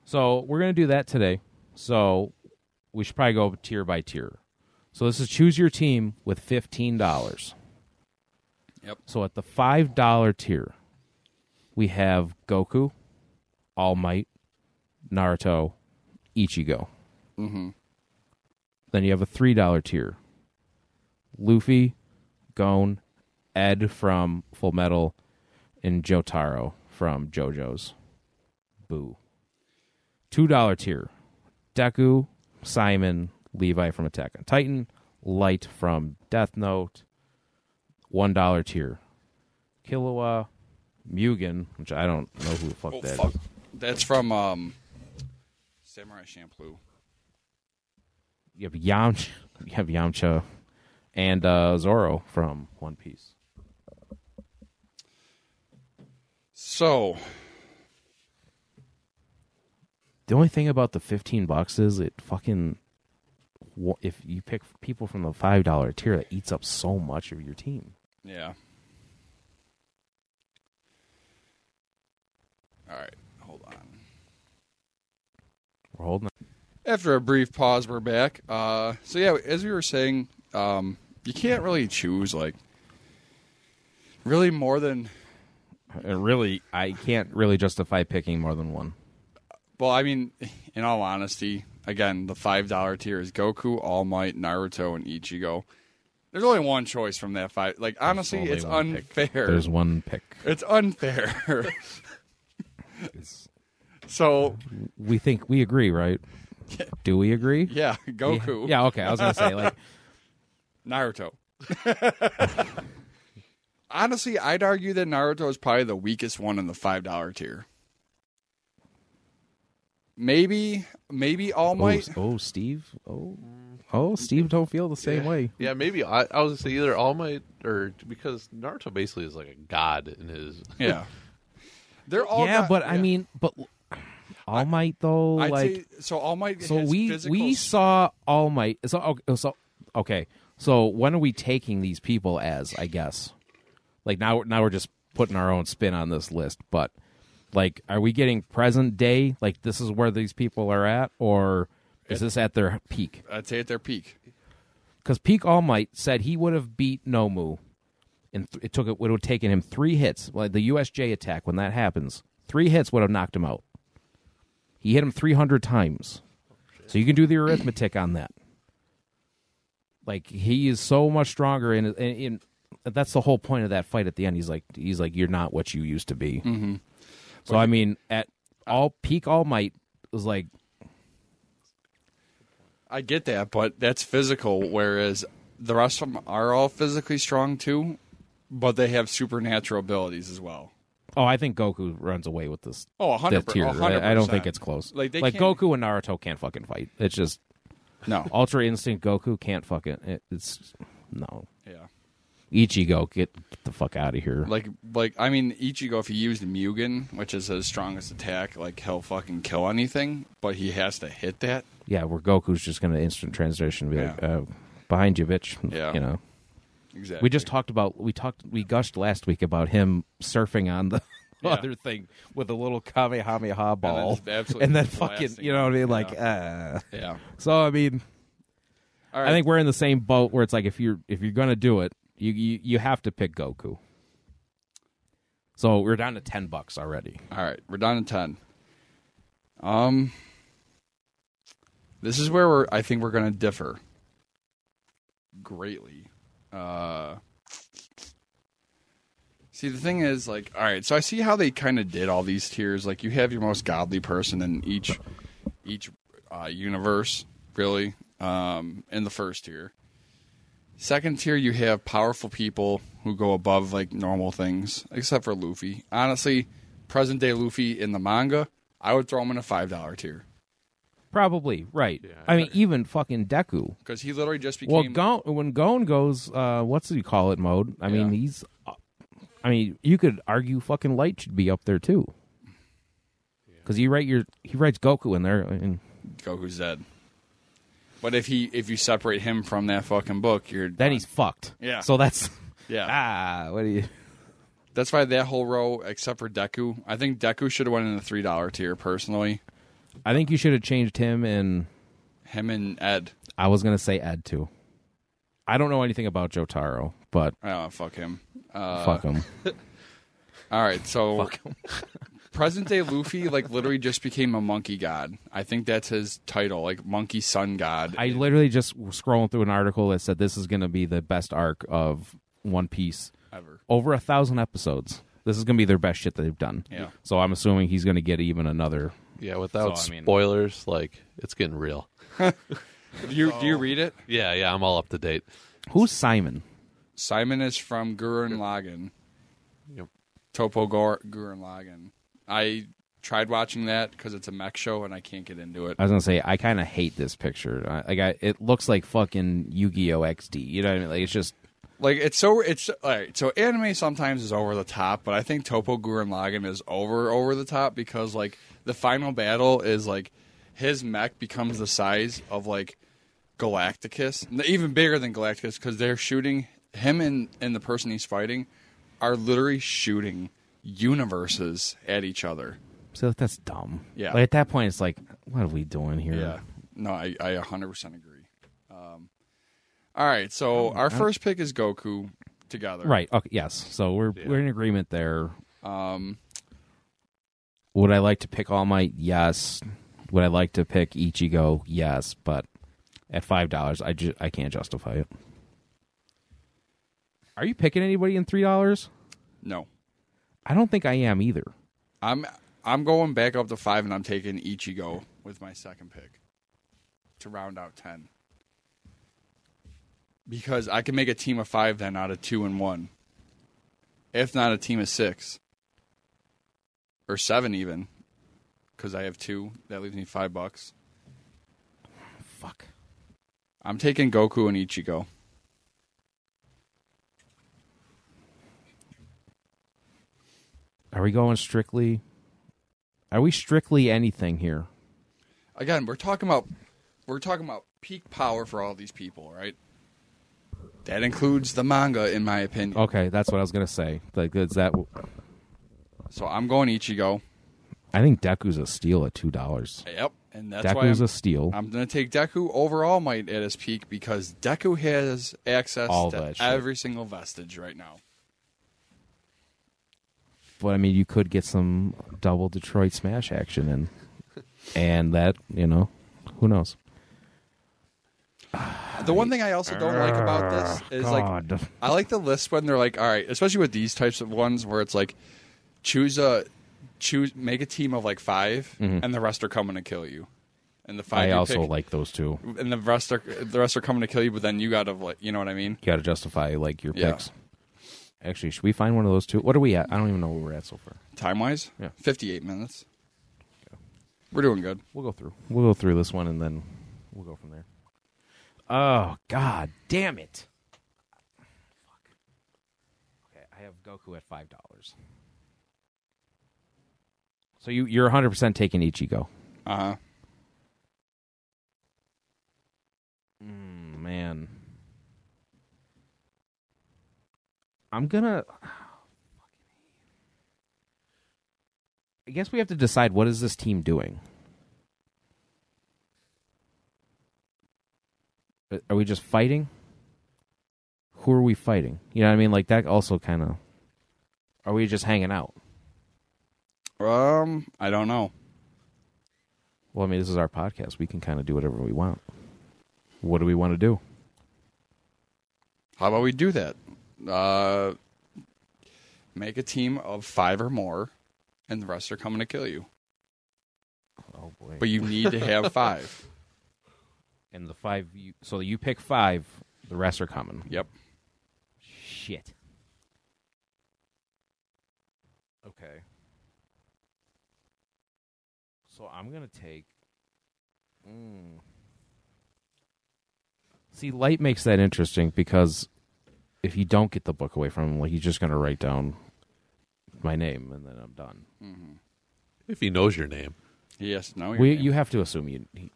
So we're gonna do that today. So we should probably go tier by tier. So this is choose your team with fifteen dollars. Yep. So at the five dollar tier, we have Goku, All Might, Naruto, Ichigo. hmm Then you have a three dollar tier. Luffy, Gon, Ed from Full Metal, and Jotaro from JoJo's. Boo. Two dollar tier. Deku, Simon, Levi from Attack on Titan, Light from Death Note. One dollar tier. Killua, Mugen, which I don't know who the fuck Oh, that is. fuck. That's from um, Samurai Champloo. You have Yamcha, <laughs> you have Yamcha, and uh, Zoro from One Piece. So The only thing about the fifteen bucks is it fucking. wa- If you pick people from the five dollar tier, that eats up so much of your team. yeah. All right, hold on. We're holding. After a brief pause, we're back. Uh, so yeah, as we were saying, um, you can't really choose like really more than And really, I can't really justify picking more than one. Well, I mean, in all honesty, again, the five dollar tier is Goku, All Might, Naruto, and Ichigo. There's only one choice from that five. Like honestly, only it's one pick. unfair. There's one pick. It's unfair. <laughs> so We think we agree, right? Do we agree? yeah, Goku, Yeah. Okay. I was gonna say like Naruto. <laughs> honestly, I'd argue that Naruto is probably the weakest one in the five dollar tier. Maybe, maybe All <laughs> oh, Might. s- oh Steve oh oh Steve don't feel the same way. Yeah, maybe I, I was gonna say either All Might or because Naruto basically is like a god in his. <laughs> Yeah, they're all. yeah, not- but I yeah. mean, but All Might though, I'd like say, so All Might. so has we physical we s- saw all my so okay, so okay so when are we taking these people as i guess like now now we're just putting our own spin on this list but like are we getting present day like this is where these people are at or is this at their peak I'd say at their peak. because peak all might said he would have beat nomu and th- it took it would have taken him three hits like the usj attack when that happens three hits would have knocked him out he hit him 300 times so you can do the arithmetic on that like he is so much stronger and, and, and that's the whole point of that fight at the end he's like he's like you're not what you used to be so i mean at all peak all might was like I get that, but that's physical. Whereas the rest of them are all physically strong too, but they have supernatural abilities as well. oh i think goku runs away with this Oh, 100 that tier. I, I don't think it's close. Like, Like, they can't- Goku and Naruto can't fucking fight. It's just No. Ultra Instinct Goku can't fucking. It, it's no <laughs> Yeah. Ichigo. Get, get the fuck out of here. Like, like I mean, Ichigo, if he used Mugen, which is his strongest attack, like he'll fucking kill anything, but he has to hit that. yeah, where Goku's just gonna instant transition. and Be like, Yeah. uh, behind you, bitch. Yeah. You know. Exactly. We just talked about we talked we gushed last week about him surfing on the <laughs> Yeah. other thing with a little kamehameha ball just absolutely <laughs> and then blasting fucking you know what I mean it, like uh Yeah. so I mean All right. I think we're in the same boat where it's like if you're if you're gonna do it, you you, you have to pick Goku. So we're down to ten bucks already. All right, we're down to ten. Um, this is where we're. I think we're going to differ greatly. Uh, See, the thing is, like, all right, so I see how they kind of did all these tiers. Like, you have your most godly person in each each uh, universe, really, um, in the first tier. Second tier, you have powerful people who go above like normal things, except for Luffy. Honestly, present day Luffy in the manga, I would throw him in a five dollar tier Probably right. I mean, even fucking Deku. because he literally just became. Well, Gon, when Gon goes, uh, what's he call it mode? I mean, Yeah. he's. uh, I mean, you could argue fucking Light should be up there too. Because you write your he writes Goku in there, and Goku's dead. But if he if you separate him from that fucking book, you're then done. he's fucked. Yeah. So that's yeah. <laughs> ah, what do you? That's why that whole row, except for Deku, I think Deku should have went in the three dollar tier personally. I think you should have changed him, and Him and Ed, I was gonna say Ed too. I don't know anything about Jotaro, but oh fuck him. Uh, fuck him. All right, so <laughs> present day Luffy like literally just became a monkey god. I think that's his title, like monkey sun god. <laughs> I literally just scrolling through an article that said this is going to be the best arc of One Piece Ever. Over a thousand episodes. This is going to be their best shit that they've done. Yeah. So I'm assuming he's going to get even another. Yeah, without So, I mean- spoilers, like it's getting real. Do you do you read it? Yeah, yeah, I'm all up to date. Who's Simon? Simon is from Gurren Lagann. Yep. Topo Gor- Gurren Lagann. I tried watching that because it's a mech show and I can't get into it. I was going to say I kind of hate this picture. I, like I, it looks like fucking Yu-Gi-Oh XD. You know what I mean? Like it's just Like it's so it's all right. So anime sometimes is over the top, but I think Topo Gurren Lagann is over over the top because like the final battle is like his mech becomes the size of like Galacticus, N- even bigger than Galacticus because they're shooting him and and the person he's fighting are literally shooting universes at each other. so that's dumb. Yeah. Like at that point, it's like, what are we doing here? Yeah. No, I, I 100% agree. Um, all right, so our first pick is Goku together. Right. Okay. Yes. So we're we're in agreement there. Um, Would I like to pick All Might? Yes. Would I like to pick Ichigo? Yes, but at five dollars, I ju- I can't justify it. Are you picking anybody in three dollars? no. I don't think I am either. I'm I'm going back up to 5 and I'm taking Ichigo with my second pick to round out 10. Because I can make a team of 5 then out of 2 and 1. If not a team of 6 or 7 even cuz I have 2 that leaves me 5 bucks. Fuck. I'm taking Goku and Ichigo. Are we going strictly? Are we strictly anything here? again, we're talking about we're talking about peak power for all these people, right? That includes the manga, in my opinion. Okay, that's what I was gonna say. Like, is that? So I'm going Ichigo. I think Deku's a steal at two dollars. Yep, and that's why Deku's I'm, a steal. I'm going to take Deku over All Might at his peak because Deku has access All to that shit. every single vestige right now. but I mean, you could get some double Detroit Smash action in, and that you know, who knows? The one thing I also don't like about this is like Ah, God. I like the list when they're like, all right, especially with these types of ones where it's like, choose a choose make a team of like 5 and the rest are coming to kill you. And the five Mm-hmm. I you also pick- like those two. You and the rest are the rest are coming to kill you, but then you gotta like you know what I mean? got to justify like your Yeah. picks. Actually, should we find one of those two? What are we at? I don't even know where we're at so far. Time wise? Yeah. Fifty eight minutes. We're doing good. We'll go through. We'll go through this one and then we'll go from there. Oh God, damn it! Fuck. Okay, I have Goku at five dollars. So you you're 100 percent taking Ichigo. Uh huh. Mm, man. I'm gonna. <sighs> I guess we have to decide what is this team doing. Are- Are we just fighting? Who are we fighting? You know what I mean? Like that also kind of. Are we just hanging out? Um, I don't know. Well, I mean, this is our podcast. We can kind of do whatever we want. What do we want to do? How about we do that? Uh Make a team of five or more, and the rest are coming to kill you. Oh boy. But you need to have <laughs> five. and the five you so you pick five, the rest are coming. Yep. Shit. Okay. So I'm gonna take. Mm. See, light makes that interesting because if you don't get the book away from him, like he's just gonna write down my name and then I'm done. If he knows your name, Yes. No. We you have to assume you. He,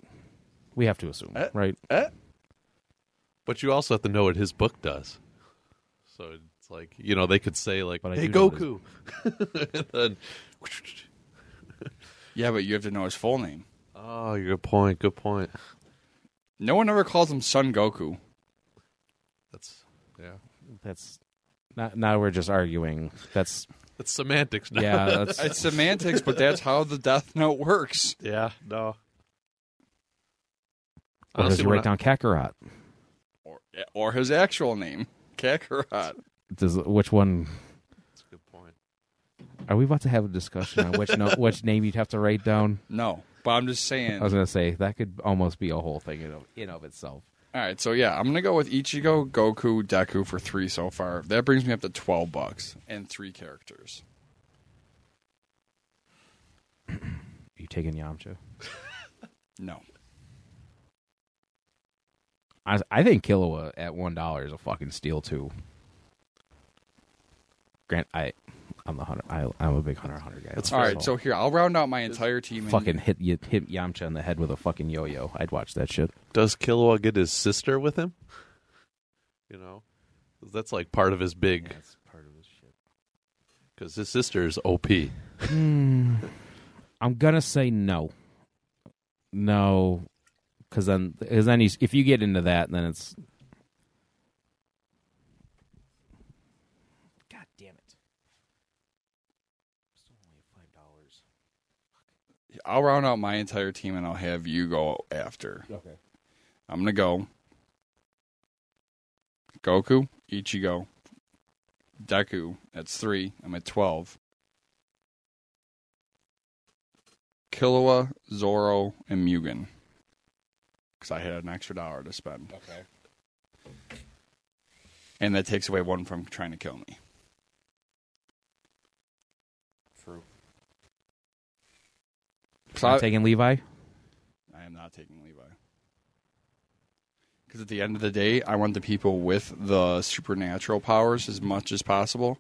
we have to assume, Eh? right? but you also have to know what his book does. So it's like you know they could say like, But I "Hey do know what Goku," <laughs> and then yeah, but you have to know his full name. oh, good point, good point. No one ever calls him Son Goku. That's yeah, That's not. Now we're just arguing. That's that's semantics now. yeah. That's It's semantics, but that's how the Death Note works. yeah, no. Or does he we're write not- down Kakarot? Or, or his actual name, Kakarot. Does which one? That's a good point. Are we about to have a discussion on which no, which name you'd have to write down? No, but I'm just I saying. was gonna say that could almost be a whole thing in of, in of itself. All right, so yeah, I'm gonna go with Ichigo, Goku, Deku for three so far. That brings me up to twelve bucks and three characters. You taking Yamcha? No, I I think Killua at one dollar is a fucking steal too. Grant, I I'm the hunter. I I'm a big hunter hunter guy. That's all right. So here, I'll round out my entire team. and- fucking hit you hit Yamcha in the head with a fucking yo yo. I'd watch that shit. Does Killua get his sister with him? You know, that's like part of his big that's part of his shit. because his sister is OP. I'm gonna say no. No, because then, cause then you, if you get into that, then it's. God damn it! It's only five dollars. I'll round out my entire team, and I'll have you go after. Okay. I'm gonna go Goku, Ichigo, Deku. That's three. I'm at twelve. Killua, Zoro, and Mugen. Because I had an extra dollar to spend. Okay. And that takes away one from trying to kill me. True. So I, taking Levi. I am not taking Levi. Because at the end of the day, I want the people with the supernatural powers as much as possible.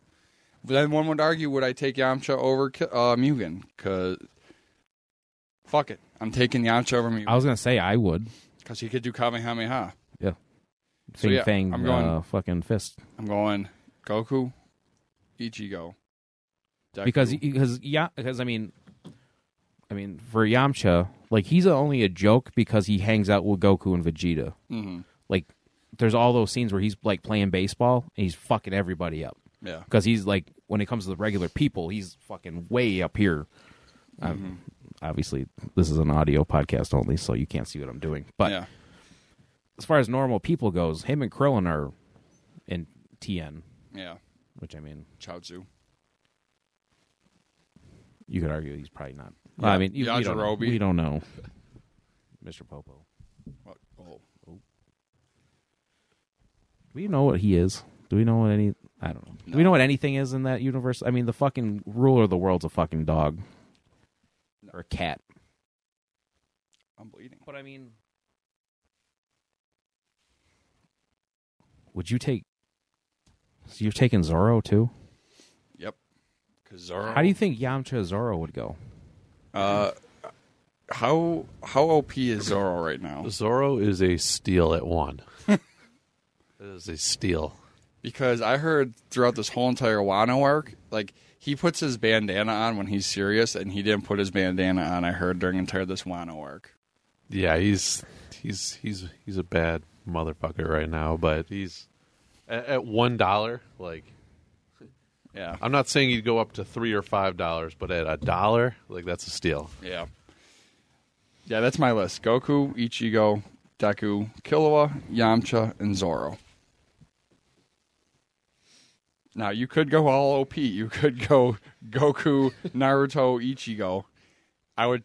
But then one would argue, would I take Yamcha over Ki- uh, Mugen? Because fuck it, I'm taking Yamcha over I Mugen was gonna say I would. because he could do Kamehameha. So Fing yeah, fang, I'm going- uh, fucking fist. I'm going Goku, Ichigo, Deku. because because yeah because I mean, I mean for Yamcha, like he's only a joke because he hangs out with Goku and Vegeta. Mhm. Like there's all those scenes where he's like playing baseball and he's fucking everybody up yeah, because he's like when it comes to the regular people, he's fucking way up here. Um, obviously, this is an audio podcast only, so you can't see what I'm doing. But yeah, as far as normal people goes, him and Krillin are in TN, yeah, which I mean, Chaozu, you could argue he's probably not. Well, I mean, you, you don't know. Yajirobe. we don't know, Mr. Popo. What- oh, Do we know what he is? Do we know what any? I don't know. Do we No. know what anything is in that universe? I mean, the fucking ruler of the world's a fucking dog or a cat. I'm bleeding. But I mean, would you take? So you're taking Zoro too. Yep. Because Zoro. How do you think Yamcha Zoro would go? Uh, how how OP is Zoro right now? Zoro is a steal at <laughs> one. it is a steal. Because I heard throughout this whole entire Wano arc, like he puts his bandana on when he's serious, and he didn't put his bandana on. I heard during entire this Wano arc. Yeah, he's he's he's he's a bad motherfucker right now, but he's at, at one dollar. Like Yeah, I'm not saying he'd go up to three or five dollars, but at a dollar, like that's a steal. yeah, yeah. That's my list: Goku, Ichigo, Deku, Killua, Yamcha, and Zoro. Now you could go all OP. You could go Goku, Naruto, Ichigo. I would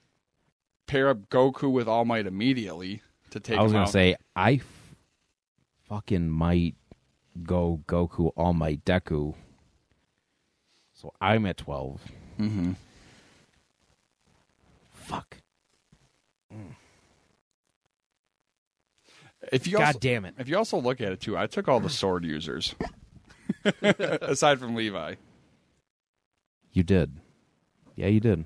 pair up Goku with All Might immediately to take. I was him gonna out. say I f- fucking might go Goku All Might Deku. So I'm at 12 Mhm. Fuck. if you God also, damn it. if you also look at it too, I took all the sword <laughs> users aside from Levi. You did. Yeah, you did.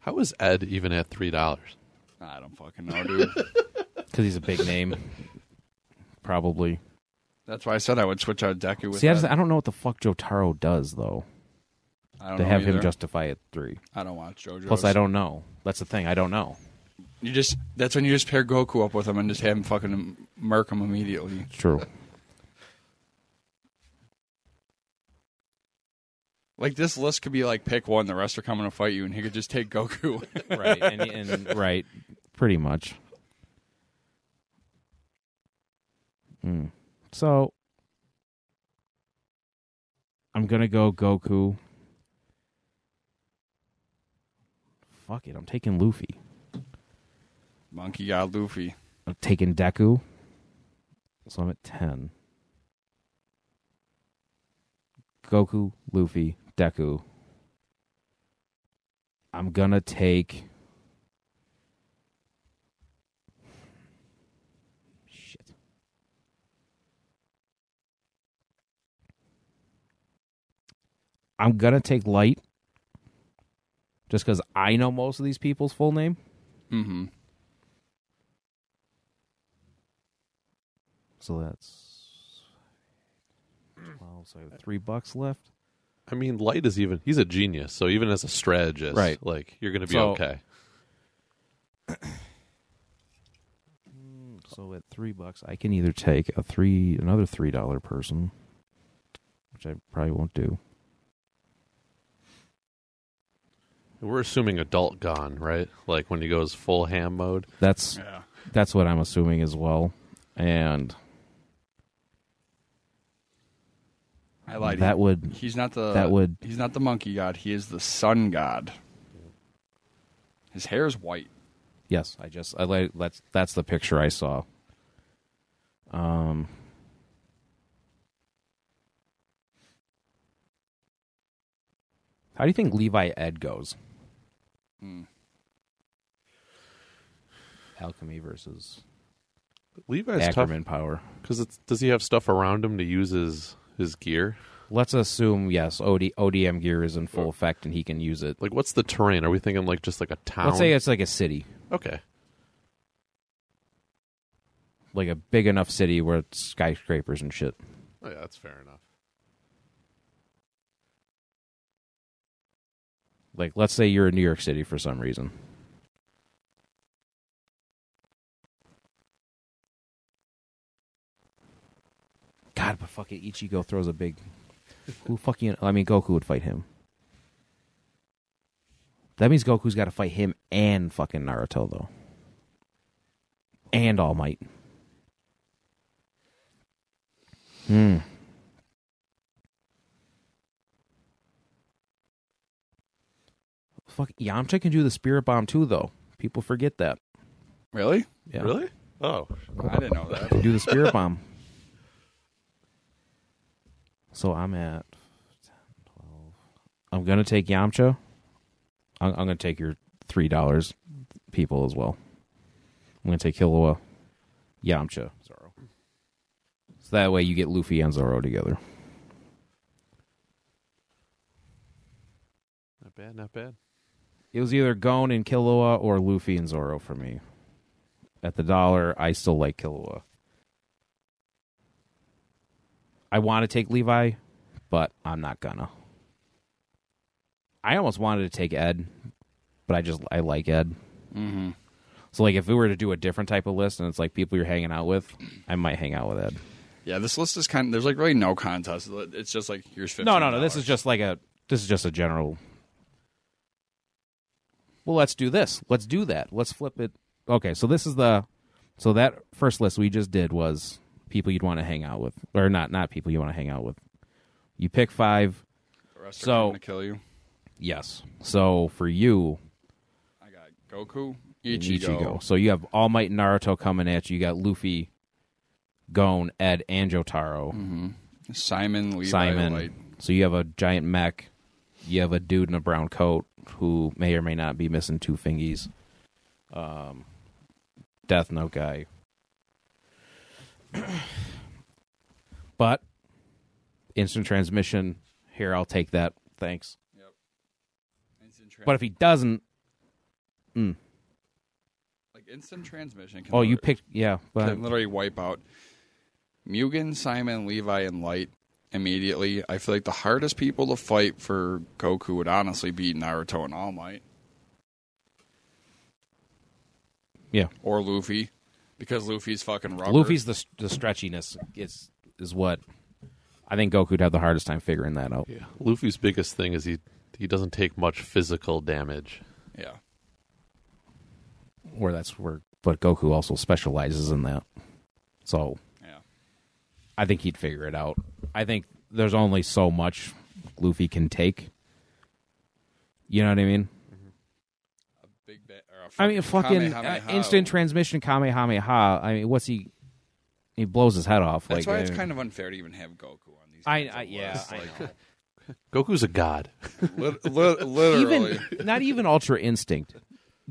How is Ed even at three dollars? I don't fucking know, dude. Because he's a big <laughs> name. Probably. That's why I said I would switch out Deku with. See, I, that. just, I don't know what the fuck Jotaro does, though, I don't to know have him either. justify it three. I don't watch JoJo. Plus, I don't know. That's the thing. I don't know. You just that's when you just pair Goku up with him and just have him fucking murk him immediately. It's true. Like this list could be like pick one, the rest are coming to fight you, and he could just take Goku. <laughs> right. And, and Right. Pretty much. Mm. So, I'm going to go Goku. Fuck it. I'm taking Luffy. Monkey God Luffy. I'm taking Deku. So I'm at 10. Goku, Luffy, Deku. I'm going to take. Shit. I'm going to take Light. Just because I know most of these people's full name. Mm-hmm. So that's twelve. So I have three bucks left. I mean, Light is even he's a genius, so even as a strategist, Right. Like you're gonna be So- okay. So at three bucks, I can either take a three another three dollar person, which I probably won't do. We're assuming adult gone, right? Like when he goes full ham mode. That's Yeah. that's what I'm assuming as well. And I Uh, lied. that would he's not the that would he's not the monkey god, he is the sun god. His hair is white. yes. I just I like that's that's the picture I saw. Um. How do you think Levi Ed goes? Mm. Alchemy versus Levi's tough Ackerman power. because does he have stuff around him to use his his gear? Let's assume yes, OD, ODM gear is in full effect and he can use it. Like what's the terrain? Are we thinking like just like a town? Let's say it's like a city, okay. like a big enough city where it's skyscrapers and shit. Oh, yeah, that's fair enough. Like let's say you're in New York City for some reason. God, but fucking Ichigo throws a big. Who fucking? I mean, Goku would fight him. That means Goku's got to fight him and fucking Naruto though, and All Might. Hmm. Fuck, Yamcha can do the Spirit Bomb too, though. People forget that. Really? Yeah. Really? Oh, I didn't know that. Can do the Spirit Bomb. So I'm at 10, 12. I'm going to take Yamcha. I'm, I'm going to take your $3 people as well. I'm going to take Killua, Yamcha, Zoro. So that way you get Luffy and Zoro together. not bad, not bad. It was either Gon and Killua or Luffy and Zoro for me. At the dollar, I still like Killua. I want to take Levi, but I'm not gonna. I almost wanted to take Ed, but I just I like Ed. Mm-hmm. So like if we were to do a different type of list and it's like people you're hanging out with, I might hang out with Ed. Yeah, this list is kind of there's like really no contest. It's just like here's fifty. No, no, no. This is just like a this is just a general. Well, let's do this. Let's do that. Let's flip it. Okay, so this is the so that first list we just did was people you'd want to hang out with or not not people you want to hang out with. You pick five. The rest So- are going to kill you. Yes. So for you, I got Goku, and Ichigo. Ichigo. So you have All Might and Naruto coming at you. You got Luffy, Gon, Ed, and Jotaro. Simon, Levi, Simon. Light. So you have a giant mech. You have a dude in a brown coat who may or may not be missing two fingies. Um, Death Note guy. <clears throat> but instant transmission. Here, I'll take that. Thanks. Instant trans- But if he doesn't, like instant transmission. Can oh, you literally- picked. Yeah, but can literally wipe out Mugen, Simon, Levi, and Light immediately. I feel like the hardest people to fight for Goku would honestly be Naruto and All Might. Yeah. Or Luffy. Because Luffy's fucking rubber. Luffy's the the stretchiness is is what I think Goku'd have the hardest time figuring that out. Yeah. Luffy's biggest thing is he he doesn't take much physical damage. Yeah. Or that's where, but Goku also specializes in that, so Yeah. I think he'd figure it out. I think there's only so much Luffy can take. You know what I mean? Big ba- or a I mean, fucking uh, Kamehameha. instant transmission Kamehameha. I mean, what's he? He blows his head off. That's like, why it's I- kind of unfair to even have Goku on these. I, kinds I of yeah, lists. I Like, know. Goku's a god. <laughs> lit- lit- literally. <laughs> even not even ultra instinct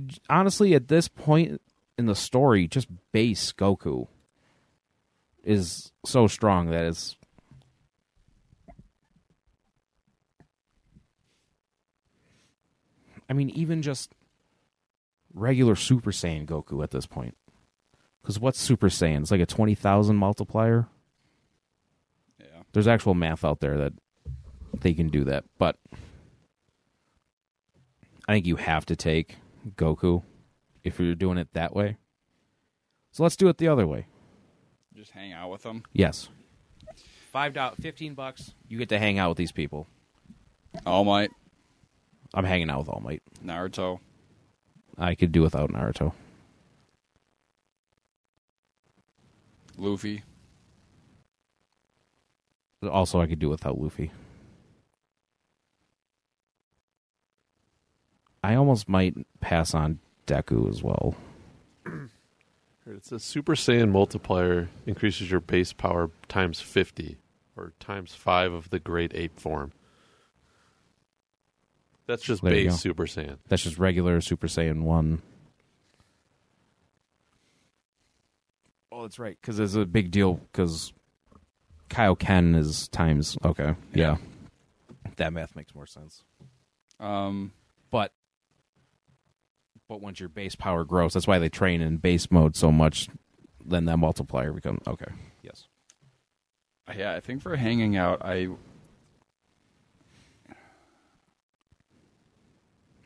J- honestly at this point in the story just base goku is so strong that it's i mean even just regular super saiyan goku at this point because what's super saiyan it's like a 20000 multiplier yeah. there's actual math out there that they can do that, but I think you have to take Goku if you're doing it that way. So let's do it the other way. Just hang out with them. Yes. Five dollars, fifteen bucks. You get to hang out with these people. All Might, I'm hanging out with All Might. Naruto. I could do without Naruto. Luffy. Also, I could do without Luffy. I almost might pass on Deku as well. It's a Super Saiyan multiplier increases your base power times 50 or times 5 of the grade 8 form. That's just There you go. base Super Saiyan. That's just regular Super Saiyan 1. Oh, that's right. Because it's a big deal. Because Kaioken is times. Okay. Yeah. That math makes more sense. Um, But. But once your base power grows, that's why they train in base mode so much. Then that multiplier becomes okay. Yes. Yeah, I think for hanging out, I.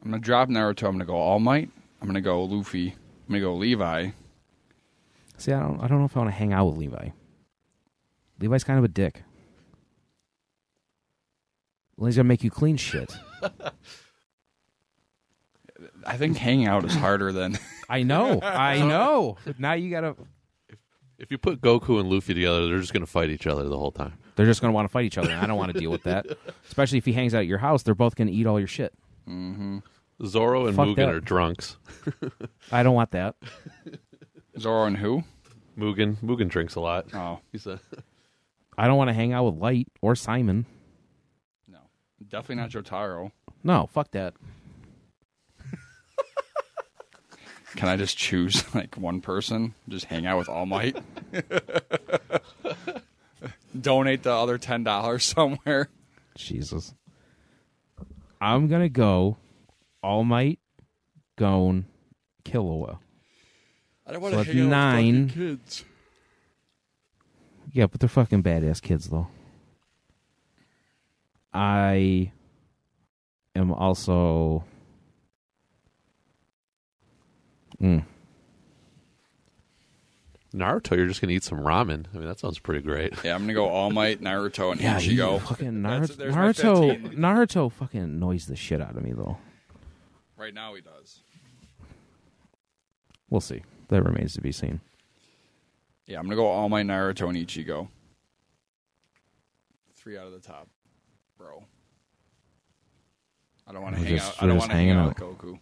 I'm gonna drop Naruto. I'm gonna go All Might. I'm gonna go Luffy. I'm gonna go Levi. See, I don't. I don't know if I want to hang out with Levi. Levi's kind of a dick. Well, he's gonna make you clean shit. I think hanging out is harder than. <laughs> I know. I know. Now you gotta. If you put Goku and Luffy together, they're just going to fight each other the whole time. They're just gonna want to fight each other. And I don't want to deal with that. Especially if he hangs out at your house, they're both gonna eat all your shit. Zoro and Fuck Mugen that. are drunks. I don't want that. Zoro and who? Mugen Mugen drinks a lot. <laughs> Oh He's a I don't want to hang out with Light or Simon. no, definitely not Jotaro. No, fuck that. Can I just choose <laughs> like one person? Just hang out with All Might. <laughs> Donate the other ten dollars somewhere. Jesus. I'm gonna go All Might, Gone, Killua. I don't wanna So that's hang out with nine. fucking kids. Yeah, but they're fucking badass kids though. I am also Mm. Naruto, you're just going to eat some ramen. I mean, that sounds <laughs> pretty great. Yeah, I'm gonna go All Might, Naruto, and Yeah, he Ichigo. fucking That's- Naruto. there's my Naruto, 15. Naruto fucking annoys the shit out of me though. Right now he does. We'll see. That remains to be seen. Yeah, I'm gonna go all my Naruto and Ichigo. Three out of the top. bro. I don't want to We're hang just- out. I we're don't just want to hang hanging out with Goku.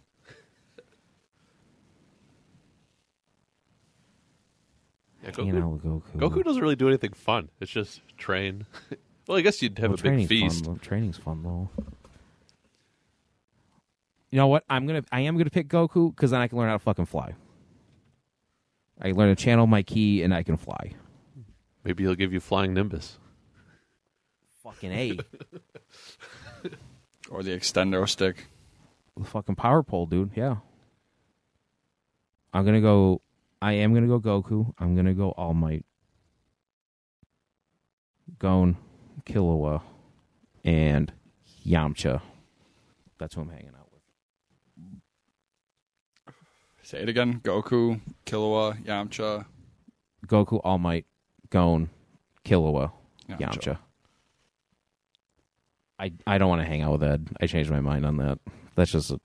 Yeah, You Goku, know, mm. Goku. Goku doesn't really do anything fun. It's just train. <laughs> well, I guess you'd have Well, a training's big feast. Fun, though. training's fun though. You know what? I'm gonna I am gonna pick Goku because then I can learn how to fucking fly. I can learn to channel my ki and I can fly. Maybe he'll give you flying nimbus. Fucking <laughs> a Or the extendo stick. the fucking power pole, dude. Yeah. I'm gonna go. I am gonna go Goku. I'm gonna go All Might. Gon, Killua, and Yamcha. That's who I'm hanging out with. Say it again. Goku, Killua, Yamcha, Goku, All Might, Gon, Killua, Yamcha. Yamcha. I I don't want to hang out with Ed. I changed my mind on that. That's just. A,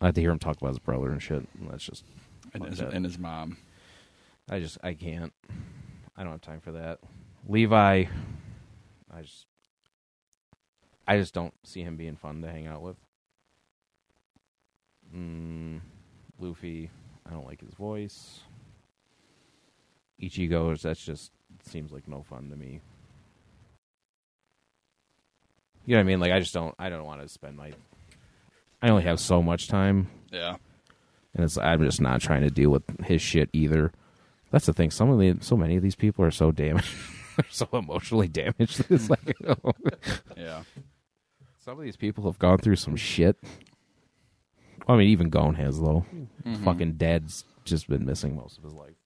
I have to hear him talk about his brother and shit. and That's just. And, his, Okay. and his mom. I just I can't. I don't have time for that. Levi I just I just don't see him being fun to hang out with. Mm, Luffy, I don't like his voice. Ichigo, that's just seems like no fun to me. You know what I mean? Like I just don't I don't want to spend my I only have so much time Yeah. and it's I'm just not trying to deal with his shit either. That's the thing. Some of the so many of these people are so damaged, <laughs> they're so emotionally damaged. <laughs> It's like Yeah. some of these people have gone through some shit. I mean, even Gone has though. Mhm. Fucking Dad's just been missing most of his life.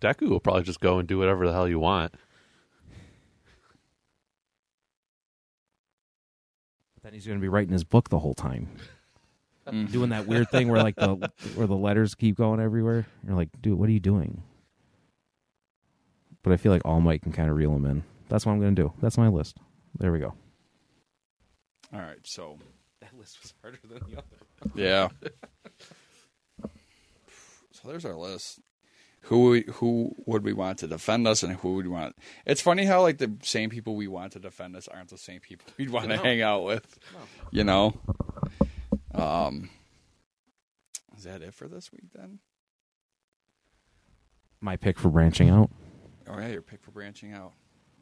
Deku will probably just go and do whatever the hell you want. But then he's going to be writing his book the whole time, Mm. doing that weird thing where like the where the letters keep going everywhere. You're like, dude, what are you doing? But I feel like All Might can kind of reel him in. That's what I'm going to do. That's my list. There we go. All right. So, That list was harder than the other. <laughs> yeah. so there's our list. Who we- who would we want to defend us, and who would we want? It's funny how like the same people we want to defend us aren't the same people we'd want to hang out with. You know. Um. Is that it for this week then? my pick for branching out. Oh yeah, your pick for branching out.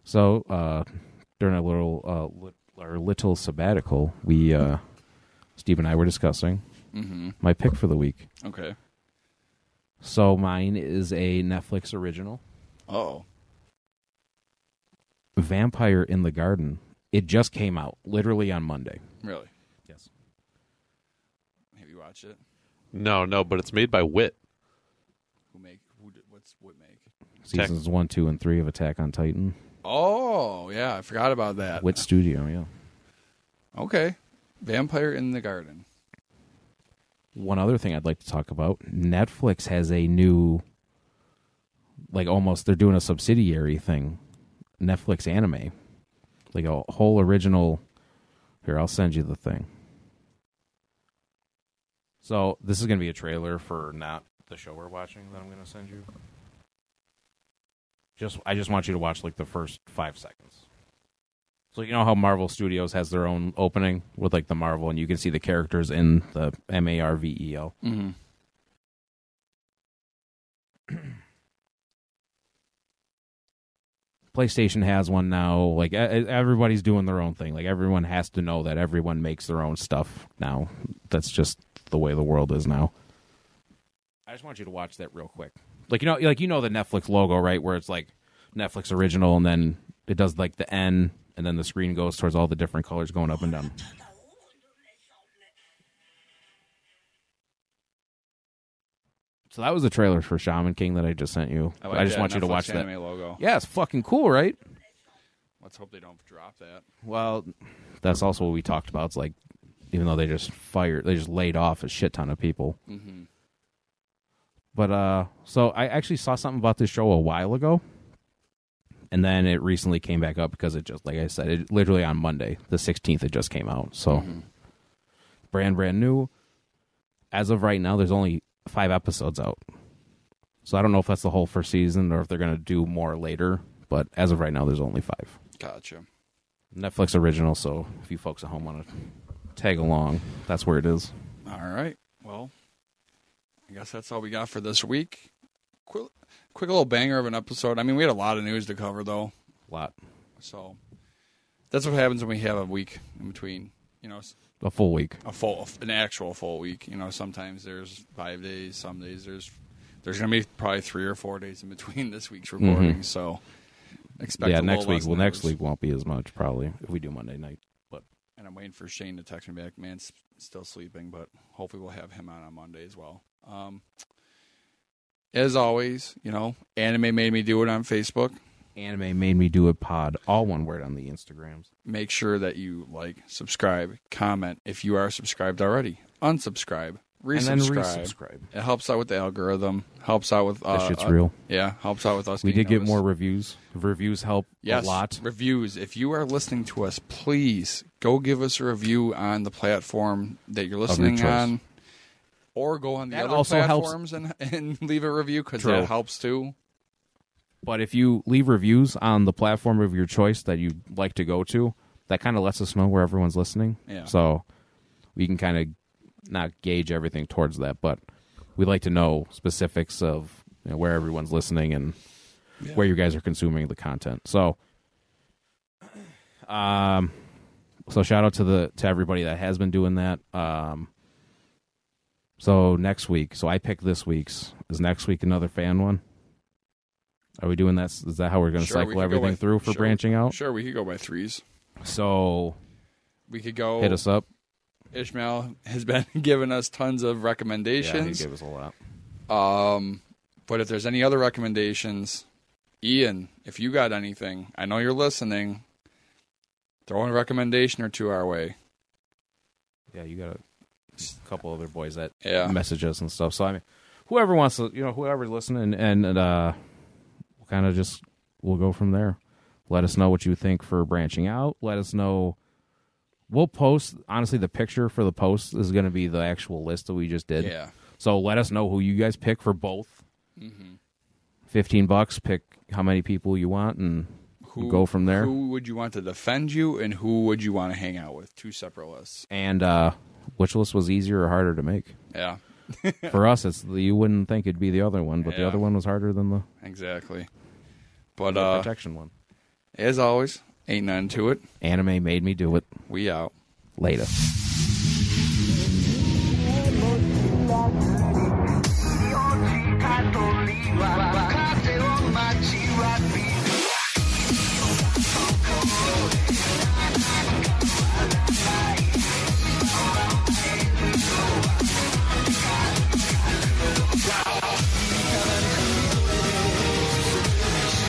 So uh, during our little uh, lit, our little sabbatical, we uh, Steve and I were discussing Mm-hmm. my pick for the week. Okay. So mine is a Netflix original, Oh. Vampire in the Garden. It just came out literally on Monday. Really? Yes. Have you watched it? No, no, but it's made by Wit. Who make? Who? Did, what's what make? Seasons one, two, and three of Attack on Titan Oh yeah, I forgot about that. with Studio. Yeah. Okay. Vampire in the Garden. One other thing I'd like to talk about: Netflix has a new, like almost they're doing a subsidiary thing, Netflix anime, like a whole original. Here, I'll send you the thing. So this is going to be a trailer for not the show we're watching that I'm going to send you. Just I just want you to watch like the first five seconds. So you know how Marvel Studios has their own opening with like the Marvel, and you can see the characters in the M A R V E L. Mm-hmm. PlayStation has one now. Like e- e- everybody's doing their own thing. Like everyone has to know that everyone makes their own stuff now. That's just the way the world is now. I just want you to watch that real quick. Like you know, like you know the Netflix logo, right? Where it's like Netflix original, and then it does like the N, and then the screen goes towards all the different colors going up and down. So that was the trailer for Shaman King that I just sent you. Oh, I, just want you to watch that. anime logo. Yeah, it's fucking cool, right? Let's hope they don't drop that. Well, that's also what we talked about. It's like, even though they just fired, they just laid off a shit ton of people. Mm-hmm. But uh, so I actually saw something about this show a while ago, and then it recently came back up because it just, like I said, it literally on Monday, the sixteenth, it just came out. So brand brand new. As of right now, there's only five episodes out. So I don't know if that's the whole first season or if they're gonna do more later. But as of right now, there's only five. Gotcha. Netflix original, so if you folks at home want to tag along, that's where it is. All right. Well, I guess that's all we got for this week. Quick, quick little banger of an episode. I mean, we had a lot of news to cover, though. lot. So that's what happens when we have a week in between. You know, s- A full week. a full, an actual full week. You know, sometimes there's five days, some days there's there's going to be probably three or four days in between <laughs> this week's recording. So expect Mm-hmm. yeah, a next little week. less Well, next news. week won't be as much probably if we do Monday night. and I'm waiting for Shane to text me back. Man's still sleeping, but hopefully we'll have him on on Monday as well. Um, as always, you know, anime made me do it on Facebook. Anime made me do a pod, all one word on the Instagrams. Make sure that you like, subscribe, comment if you are subscribed already. Unsubscribe, resubscribe. And then resubscribe. It helps out with the algorithm. Helps out with uh, that shit's uh, real. Yeah, helps out with us. We being did get noticed. more reviews. Reviews help yes, a lot. Reviews. If you are listening to us, please go give us a review on the platform that you're listening choice. on, or go on the That other also helps- platforms and <laughs> and leave a review because True. that helps too. But if you leave reviews on the platform of your choice that you like to go to, that kind of lets us know where everyone's listening. Yeah. So we can kind of not gauge everything towards that, but we like to know specifics of you know, where everyone's listening and where you guys are consuming the content. So, um, so shout out to the to everybody that has been doing that. Um, so next week, so I picked this week's. Is next week another fan one? Are we doing that? Is that how we're going to Sure, we cycle could go everything by- through for sure, we- branching out? Sure, we could go by threes. So We could go. hit us up. Ishmael has been <laughs> giving us tons of recommendations. us a lot. Um, but if there's any other recommendations, Ian, if you got anything, I know you're listening. Throw in a recommendation or two our way. Yeah, you got a couple other boys that Yeah. message us and stuff. So I mean, whoever wants to, you know, whoever's listening, and, and uh, we'll kind of just we'll go from there. Let us know what you think for branching out. Let us know. We'll post. Honestly, the picture for the post is going to be the actual list that we just did. Yeah. So let us know who you guys pick for both. Mm-hmm. Fifteen bucks. Pick how many people you want, and who go from there. Who would you want to defend you, and who would you want to hang out with? Two separate lists. and uh, which list was easier or harder to make? Yeah, for us, it's the, you wouldn't think it'd be the other one, but the Yeah. other one was harder than the, exactly. But the uh, protection one. as always, ain't none to it. Anime made me do it We out. later.